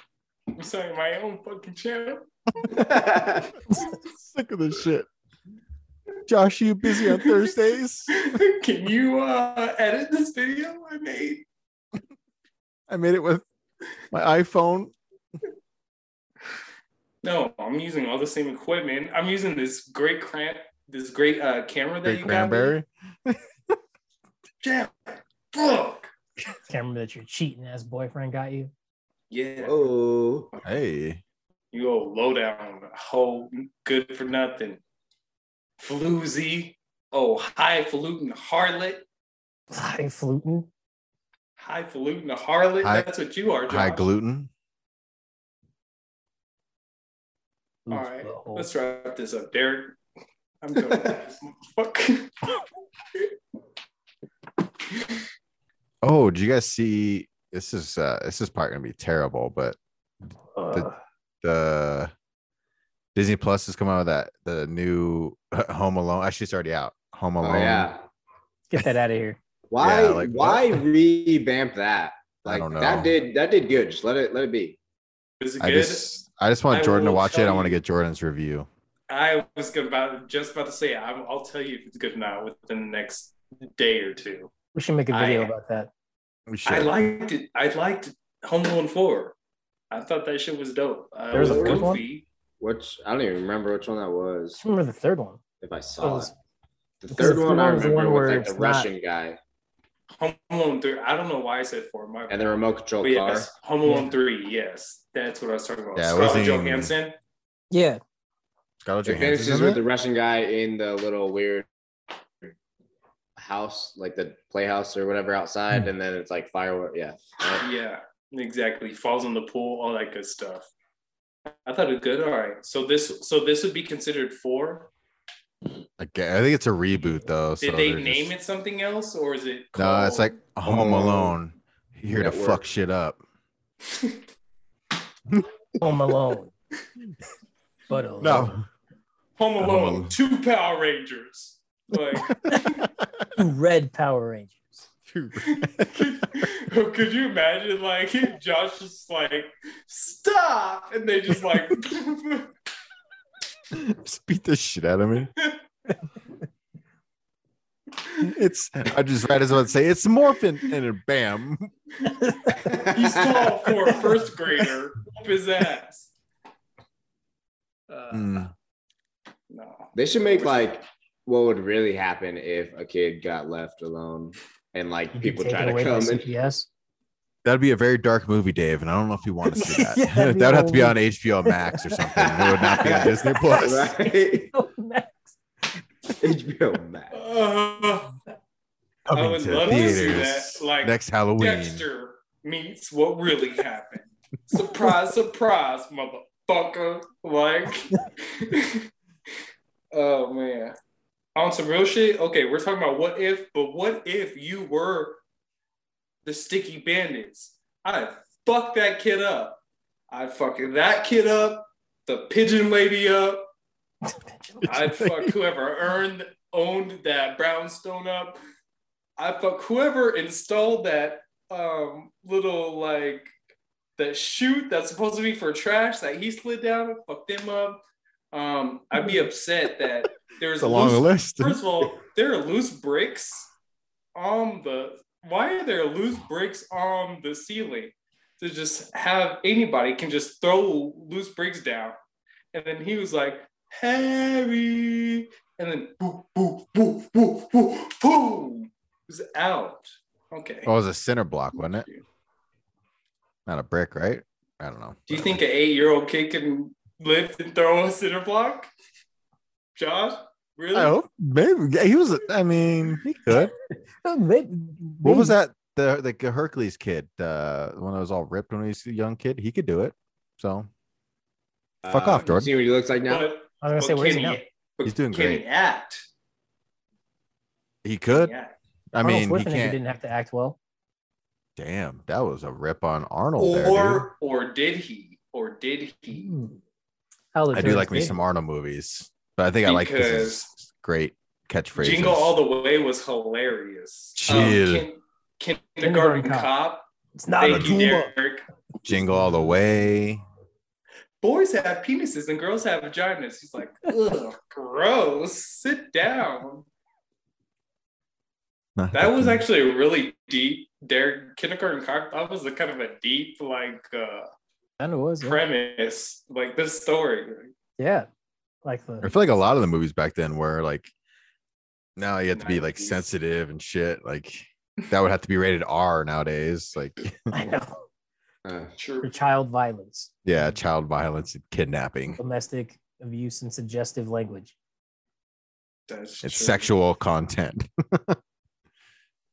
Speaker 1: I'm sorry, my own fucking channel.
Speaker 3: Sick of this shit. Josh, you busy on Thursdays?
Speaker 1: Can you uh, edit this video I made?
Speaker 3: I made it with my iPhone.
Speaker 1: No, I'm using all the same equipment. I'm using this great cramp, this great uh, camera that
Speaker 3: Great
Speaker 1: you
Speaker 3: cranberry.
Speaker 1: got. me. Yeah. Fuck.
Speaker 4: camera that your cheating ass boyfriend got you.
Speaker 1: Yeah.
Speaker 2: oh.
Speaker 3: Hey,
Speaker 1: You old lowdown hoe, good for nothing, floozy, oh highfalutin harlot,
Speaker 4: High fluting.
Speaker 1: highfalutin harlot.
Speaker 3: High-
Speaker 1: That's what you are, Josh.
Speaker 3: high gluten.
Speaker 4: Oh.
Speaker 1: All right, let's wrap this up, Derek. I'm going. Fuck.
Speaker 3: Oh, do you guys see? This is uh, this is probably gonna be terrible, but the Disney Plus has come out with that the new Home Alone. Actually, it's already out. Home
Speaker 2: Oh
Speaker 3: Alone.
Speaker 2: yeah.
Speaker 4: Get that out of here.
Speaker 2: Why
Speaker 3: Yeah, like,
Speaker 2: why
Speaker 3: what?
Speaker 2: revamp that?
Speaker 3: I
Speaker 2: Like
Speaker 3: don't know.
Speaker 2: that did that did good. Just let it let it be.
Speaker 1: Is it
Speaker 3: I
Speaker 1: good?
Speaker 3: just I just want
Speaker 1: I
Speaker 3: Jordan to
Speaker 1: will
Speaker 3: watch it.
Speaker 1: tell
Speaker 3: I want to
Speaker 1: you-
Speaker 3: get Jordan's review.
Speaker 1: I was gonna about just about to say i I'll tell you if it's good or not within the next day or two.
Speaker 4: We should make a
Speaker 1: I-
Speaker 4: video about that.
Speaker 3: We should.
Speaker 1: I liked it. I liked Home Alone Four. I thought that shit was dope. Uh,
Speaker 4: There
Speaker 2: was
Speaker 1: it
Speaker 2: a fourth
Speaker 4: one?
Speaker 1: goofy.
Speaker 2: Which I don't even remember which one that was.
Speaker 4: Just remember the third one.
Speaker 2: If I saw
Speaker 4: was-
Speaker 2: it. The
Speaker 4: because
Speaker 2: third
Speaker 4: the
Speaker 2: one I
Speaker 4: third one's the
Speaker 2: remember
Speaker 4: one
Speaker 2: was
Speaker 4: where
Speaker 2: like the
Speaker 4: it's not-
Speaker 2: Russian guy
Speaker 1: Home Alone Three. I don't know why I said four. My
Speaker 2: and the remote control
Speaker 1: But
Speaker 2: car.
Speaker 1: yes, Home Alone
Speaker 4: Yeah.
Speaker 1: Three. Yes, that's what I was talking about.
Speaker 3: Yeah, it
Speaker 1: Scarlett
Speaker 3: wasn't even-
Speaker 1: Johansson.
Speaker 4: Yeah.
Speaker 3: Scarlett
Speaker 2: It
Speaker 3: Johansson's
Speaker 2: finishes
Speaker 3: in
Speaker 2: with
Speaker 3: it?
Speaker 2: the Russian guy in the little weird house, like the playhouse or whatever outside,
Speaker 3: Hmm.
Speaker 2: and then it's like firework. Yeah.
Speaker 1: Yeah, exactly. Falls in the pool, all that good stuff. I thought it was good. All right. So this, so this would be considered four.
Speaker 3: I gue- I think it's a reboot though.
Speaker 1: Did
Speaker 3: so
Speaker 1: they
Speaker 3: they're
Speaker 1: name it
Speaker 3: just-
Speaker 1: something else, or is it? Oh.
Speaker 3: No, it's like Home
Speaker 2: Home Alone.
Speaker 3: Alone. Here to
Speaker 2: Network.
Speaker 3: fuck shit up.
Speaker 4: Home Alone. but
Speaker 2: Oh.
Speaker 4: alone.
Speaker 3: No,
Speaker 1: Home Alone,
Speaker 3: Oh.
Speaker 1: two Power Rangers. Like,
Speaker 4: Red Power Rangers.
Speaker 1: could, could you imagine? Like, Josh just like stop, and they just like.
Speaker 3: just beat the shit out of me. It's I just right as well say it's morphin and then bam.
Speaker 1: He stole for a first grader up his ass. Uh,
Speaker 3: Mm.
Speaker 1: No.
Speaker 2: They should make like what would really happen if a kid got left alone and like
Speaker 4: You'd be
Speaker 2: people
Speaker 4: taken
Speaker 2: try to
Speaker 4: away by
Speaker 2: come and
Speaker 4: CPS.
Speaker 3: That'd be a very dark movie, Dave, and I don't know if you want to see that.
Speaker 4: Yeah, that'd be
Speaker 3: That'd have to be on
Speaker 4: only-
Speaker 3: HBO Max or something. It would not be on Disney Plus.
Speaker 2: Right?
Speaker 4: Oh, man.
Speaker 2: HBO Max.
Speaker 1: Uh, I
Speaker 3: Coming
Speaker 1: would
Speaker 3: to
Speaker 1: love to see that.
Speaker 3: theaters
Speaker 1: Like
Speaker 3: next Halloween.
Speaker 1: Dexter meets what really happened. surprise, surprise, motherfucker. Like Oh man. On some real shit. Okay, we're talking about what if, but what if you were the sticky bandits? I'd fuck that kid up. I'd fuck that kid up, the pigeon lady up. I'd fuck whoever earned owned that brownstone up. I fuck whoever installed that um little like that chute that's supposed to be for trash that he slid down. Fuck them up. Um, I'd be upset that there's
Speaker 3: It's a long
Speaker 1: loose-
Speaker 3: list.
Speaker 1: First of all, there are loose bricks on the. Why are there loose bricks on the ceiling? To just have anybody can just throw loose bricks down, and then he was like, "Harry," and then boom, boom, boom, boom, boom, boom. It was out. Okay.
Speaker 3: Oh, it was a center block, wasn't it? Not a brick, right? I don't know.
Speaker 1: Do you think an eight-year-old kid can lift and throw a center block? Josh, really?
Speaker 3: I hope maybe yeah, he was. I mean, he could.
Speaker 4: Oh, they-
Speaker 3: What was
Speaker 4: they-
Speaker 3: that? The the Hercules kid, uh, the one that was all ripped when he was a young kid. He could do it. So Fuck off,
Speaker 2: Um, you
Speaker 3: Jordan.
Speaker 2: See what he looks like now.
Speaker 1: But
Speaker 4: I was gonna say,
Speaker 1: But
Speaker 4: where's
Speaker 1: can
Speaker 4: he now?
Speaker 1: but
Speaker 3: He's doing
Speaker 1: can
Speaker 3: great.
Speaker 1: He act.
Speaker 3: he could.
Speaker 1: Yeah.
Speaker 3: I mean,
Speaker 4: Arnold
Speaker 3: he
Speaker 4: Schwarzenegger
Speaker 3: can't.
Speaker 4: didn't have to act well.
Speaker 3: Damn, that was a rip on Arnold. there,
Speaker 1: Or or did he? Or did he?
Speaker 4: Hmm. How the
Speaker 3: dude. I do
Speaker 4: Turtles
Speaker 3: like me
Speaker 4: did.
Speaker 3: some Arnold movies, but I think I like this is great catchphrase.
Speaker 1: Jingle All the Way was hilarious. Um,
Speaker 3: Chill.
Speaker 1: kin-
Speaker 4: Kindergarten
Speaker 1: kindergarten
Speaker 4: Cop.
Speaker 1: Cop.
Speaker 4: It's not a
Speaker 1: Thank you,
Speaker 4: Goomba.
Speaker 1: Derek.
Speaker 3: Jingle all the way.
Speaker 1: Boys have penises and girls have vaginas. He's like, ugh, gross. Sit down. That
Speaker 3: Mm.
Speaker 1: was actually a really deep Derek kindergarten cop. That was a kind of a deep like uh,
Speaker 4: Kind of was. Yeah.
Speaker 1: premise, like this story.
Speaker 4: yeah. Like
Speaker 3: I
Speaker 4: the
Speaker 3: feel like a lot of the movies back then were like, now you have to be like
Speaker 1: 90s.
Speaker 3: sensitive and shit. Like that would have to be rated R nowadays. Like,
Speaker 4: I know
Speaker 2: Uh,
Speaker 4: for
Speaker 1: True.
Speaker 4: child violence,
Speaker 1: Mm-hmm.
Speaker 3: yeah, child violence and kidnapping.
Speaker 4: domestic abuse, and suggestive language.
Speaker 1: That's
Speaker 3: It's
Speaker 1: true.
Speaker 3: sexual content.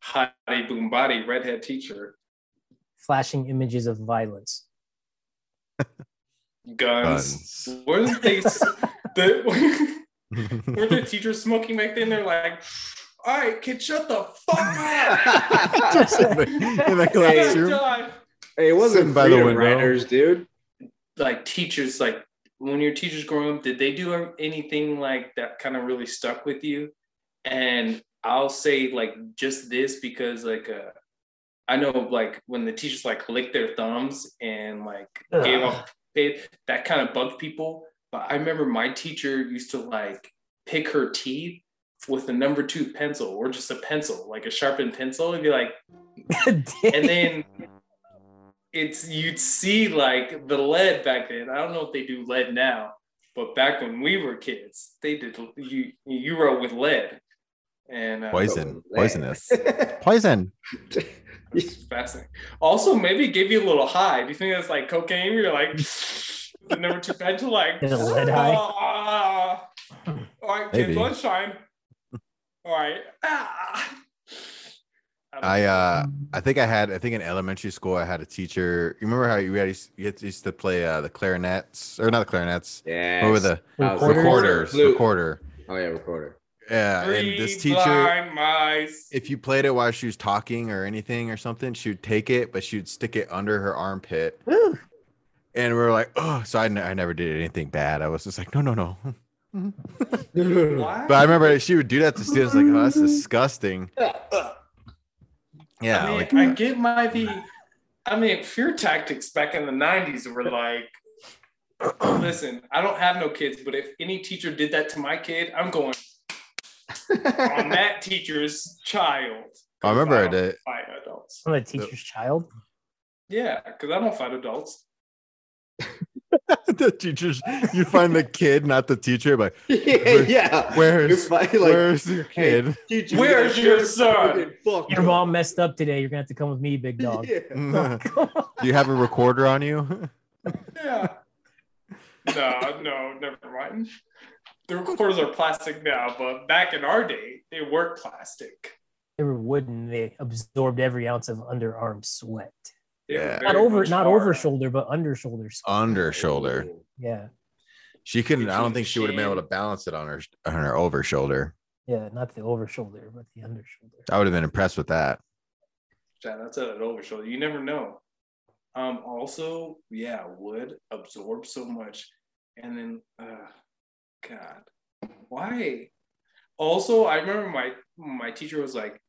Speaker 1: Hottie boom body, redhead teacher,
Speaker 4: Flashing images of violence.
Speaker 1: guns.
Speaker 3: Guns.
Speaker 1: What did they? the, Were the teachers smoking back then? They're like, all right, kid, shut the fuck up.
Speaker 3: Just in the, in the classroom.
Speaker 1: God.
Speaker 2: Uh. Hey, it wasn't
Speaker 3: Sitting by
Speaker 2: by
Speaker 3: the
Speaker 2: the
Speaker 3: window.
Speaker 2: writers, dude.
Speaker 1: Like teachers, like when your teachers growing up, did they do anything like that kind of really stuck with you? And I'll say like just this because like uh I know like when the teachers like licked their thumbs and like gave
Speaker 4: Ugh.
Speaker 1: off they, that kind of bugged people. But I remember my teacher used to like pick her teeth with a number two pencil or just a pencil, like a sharpened pencil, and be like, and then it's you'd see like the lead back then. I don't know if they do lead now, but back when we were kids, they did. You you wrote with lead, and uh,
Speaker 3: Poison.
Speaker 2: Oh,
Speaker 3: Poisonous.
Speaker 2: man.
Speaker 3: Poison.
Speaker 1: it's fascinating. Also, maybe it gave you a little high. Do you think that's like cocaine? You're like the number two pencil, like
Speaker 4: Get a lead high.
Speaker 1: "Ah, ah, all right,
Speaker 3: Maybe.
Speaker 1: kids, lunchtime. All right. Ah. I don't
Speaker 3: I
Speaker 1: know.
Speaker 3: uh I think I had I think in elementary school I had a teacher. You remember how you had you had- used to play uh, the clarinets or not the clarinets?
Speaker 2: Yeah.
Speaker 3: What were the
Speaker 4: Recorders?
Speaker 3: recorders?
Speaker 2: Flute.
Speaker 3: uh, Recorder.
Speaker 2: Oh yeah, recorder.
Speaker 3: Yeah, and
Speaker 1: Three
Speaker 3: this teacher.
Speaker 1: blind mice.
Speaker 3: if you played it while she was talking or anything or something, she would take it, but she would stick it under her armpit.
Speaker 4: Ooh.
Speaker 3: And we were like, oh, so I ne- I never did anything bad. I was just like, no, no, no.
Speaker 1: Why?
Speaker 3: But I remember she would do that to students, like, oh, that's disgusting. Yeah,
Speaker 1: I mean,
Speaker 3: like, mm.
Speaker 1: I get my the. I mean, fear tactics back in the '90s were like, listen, I don't have no kids, but if any teacher did that to my kid, I'm going on that teacher's child.
Speaker 3: I remember
Speaker 1: don't
Speaker 3: that-
Speaker 1: Fight adults.
Speaker 4: I'm a teacher's child.
Speaker 1: Yeah, because I don't fight adults.
Speaker 3: the teachers, you find the kid, not the teacher, but
Speaker 2: yeah, yeah.
Speaker 3: where's,
Speaker 2: You're fi- like,
Speaker 3: where's your
Speaker 2: hey,
Speaker 3: kid?
Speaker 2: teacher,
Speaker 1: Where's
Speaker 2: like,
Speaker 1: your
Speaker 2: you're
Speaker 1: son?
Speaker 2: fucking fucked
Speaker 4: Your
Speaker 2: up.
Speaker 4: mom messed up today. You're gonna have to come with me, big dog.
Speaker 2: Yeah.
Speaker 3: Do you have a recorder on you?
Speaker 1: Yeah. no, no, never mind. The recorders are plastic now, but back in our day, they were plastic.
Speaker 4: they were wooden. They absorbed every ounce of underarm sweat.
Speaker 1: They were
Speaker 3: Yeah.
Speaker 1: very
Speaker 4: Not over,
Speaker 1: much
Speaker 4: not
Speaker 1: hard.
Speaker 4: over shoulder, but under shoulder. sweat.
Speaker 3: Under shoulder.
Speaker 4: Yeah,
Speaker 3: She couldn't, I don't think she would have been able
Speaker 1: Teaching.
Speaker 3: to balance it on her on her over shoulder.
Speaker 4: yeah, not the over shoulder, but the under shoulder.
Speaker 3: I would have been impressed with that.
Speaker 1: Yeah, that's an over shoulder. You never know. Um, also, yeah, wood absorbs so much, and then, uh, God, why? Also, I remember my my teacher was like,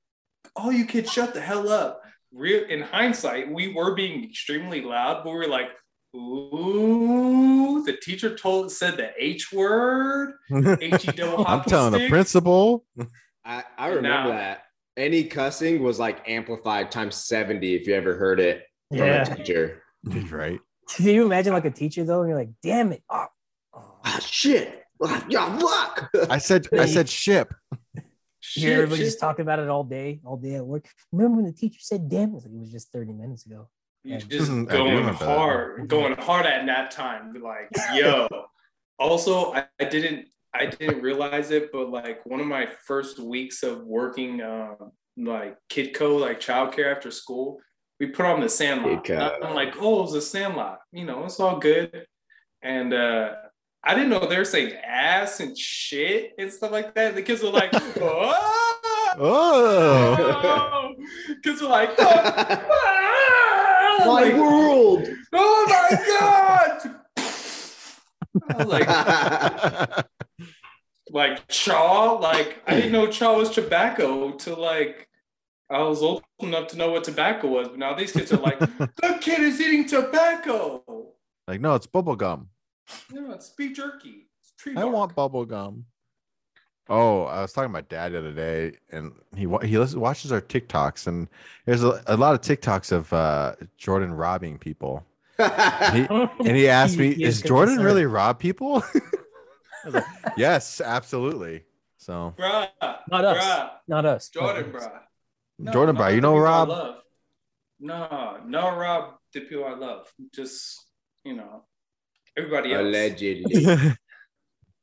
Speaker 1: "Oh, you kids, shut the hell up." Real in hindsight, we were being extremely loud, but we were like, "Ooh, the teacher told said the H word." H E double
Speaker 3: I'm
Speaker 1: hockey
Speaker 3: telling the
Speaker 1: stick.
Speaker 3: principal.
Speaker 2: I, I
Speaker 1: And
Speaker 2: remember
Speaker 1: now-
Speaker 2: that. Any cussing was like amplified times 70 if you ever heard it from
Speaker 4: Yeah.
Speaker 2: a teacher.
Speaker 3: right.
Speaker 4: Can you imagine like a teacher though? And you're like, damn it. Oh, oh.
Speaker 2: Ah, shit. Ah, yeah, fuck.
Speaker 3: I said I said ship.
Speaker 4: You hear everybody just talking about it all day, all day at work. Remember when the teacher said damn? It's like, It was just 30 minutes ago.
Speaker 1: You
Speaker 4: Yeah.
Speaker 1: just
Speaker 3: I do
Speaker 1: going
Speaker 3: remember that.
Speaker 1: hard, going hard at nap time. Like, yo. also, I, I didn't I didn't realize it, but like one of my first weeks of working um like kidco, like childcare after school, we put on the sandlot.
Speaker 2: Kid Co.
Speaker 1: And I'm like, oh, it's a sandlot. You know, it's all good. And uh I didn't know they were saying ass and shit and stuff like that. The kids were like, oh,
Speaker 3: Oh,
Speaker 1: kids were like, oh, ah,
Speaker 2: My
Speaker 1: like,
Speaker 2: world.
Speaker 1: Oh my god! I was like, like chaw, like I didn't know chaw was tobacco till like I was old enough to know what tobacco was, but now these kids are like, the kid is eating tobacco.
Speaker 3: like no, it's bubble gum.
Speaker 1: No, it's beef jerky. It's tree
Speaker 3: I
Speaker 1: bark.
Speaker 3: want bubble gum. Oh, I was talking to my dad the other day, and he wa- he listens, watches our TikToks, and there's a, a lot of TikToks of uh, Jordan robbing people. He, and he asked me,
Speaker 4: He
Speaker 3: "Is
Speaker 4: good
Speaker 3: Jordan
Speaker 4: concern.
Speaker 3: really rob people?" I was like, yes, absolutely. So
Speaker 1: bruh,
Speaker 4: Not us.
Speaker 1: bruh,
Speaker 4: Not us. not
Speaker 1: Jordan,
Speaker 4: us.
Speaker 1: bruh. No,
Speaker 3: Jordan,
Speaker 1: not
Speaker 3: bro,
Speaker 1: the
Speaker 3: you know
Speaker 1: people I
Speaker 3: Rob.
Speaker 1: love. No, no Rob, the people I love. Just you know, everybody else.
Speaker 2: Allegedly.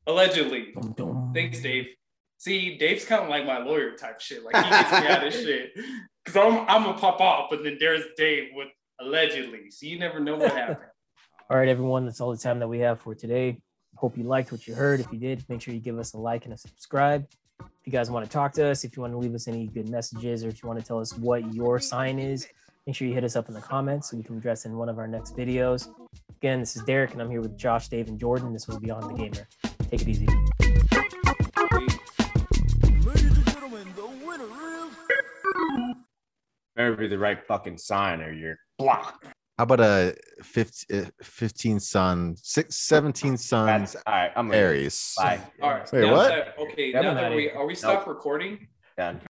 Speaker 1: Allegedly.
Speaker 4: Dum, dum.
Speaker 1: Thanks, Dave. See, Dave's kind of like my lawyer type shit. Like he gets me out of shit. Cause I'm I'm gonna pop off, but then there's Dave with allegedly. So you never know what happened.
Speaker 4: All right, everyone. That's all the time that we have for today. Hope you liked what you heard. If you did, make sure you give us a like and a subscribe. If you guys want to talk to us, if you want to leave us any good messages, or if you want to tell us what your sign is, make sure you hit us up in the comments so we can address it in one of our next videos. Again, this is Derek, and I'm here with Josh, Dave, and Jordan. This was Beyond the Gamer. Take it easy.
Speaker 2: Better be the right fucking sign or you're blocked.
Speaker 3: How about a 15, uh, 15 son, six, 17 sons,
Speaker 2: That's all right. I'm gonna
Speaker 3: Aries?
Speaker 2: Bye.
Speaker 1: All right.
Speaker 3: Um, Wait,
Speaker 1: now
Speaker 3: what?
Speaker 1: that- okay,
Speaker 2: Yeah,
Speaker 1: now
Speaker 2: I'm
Speaker 1: that
Speaker 4: outta
Speaker 1: we
Speaker 4: here.
Speaker 1: are we stopped recording?
Speaker 2: Done.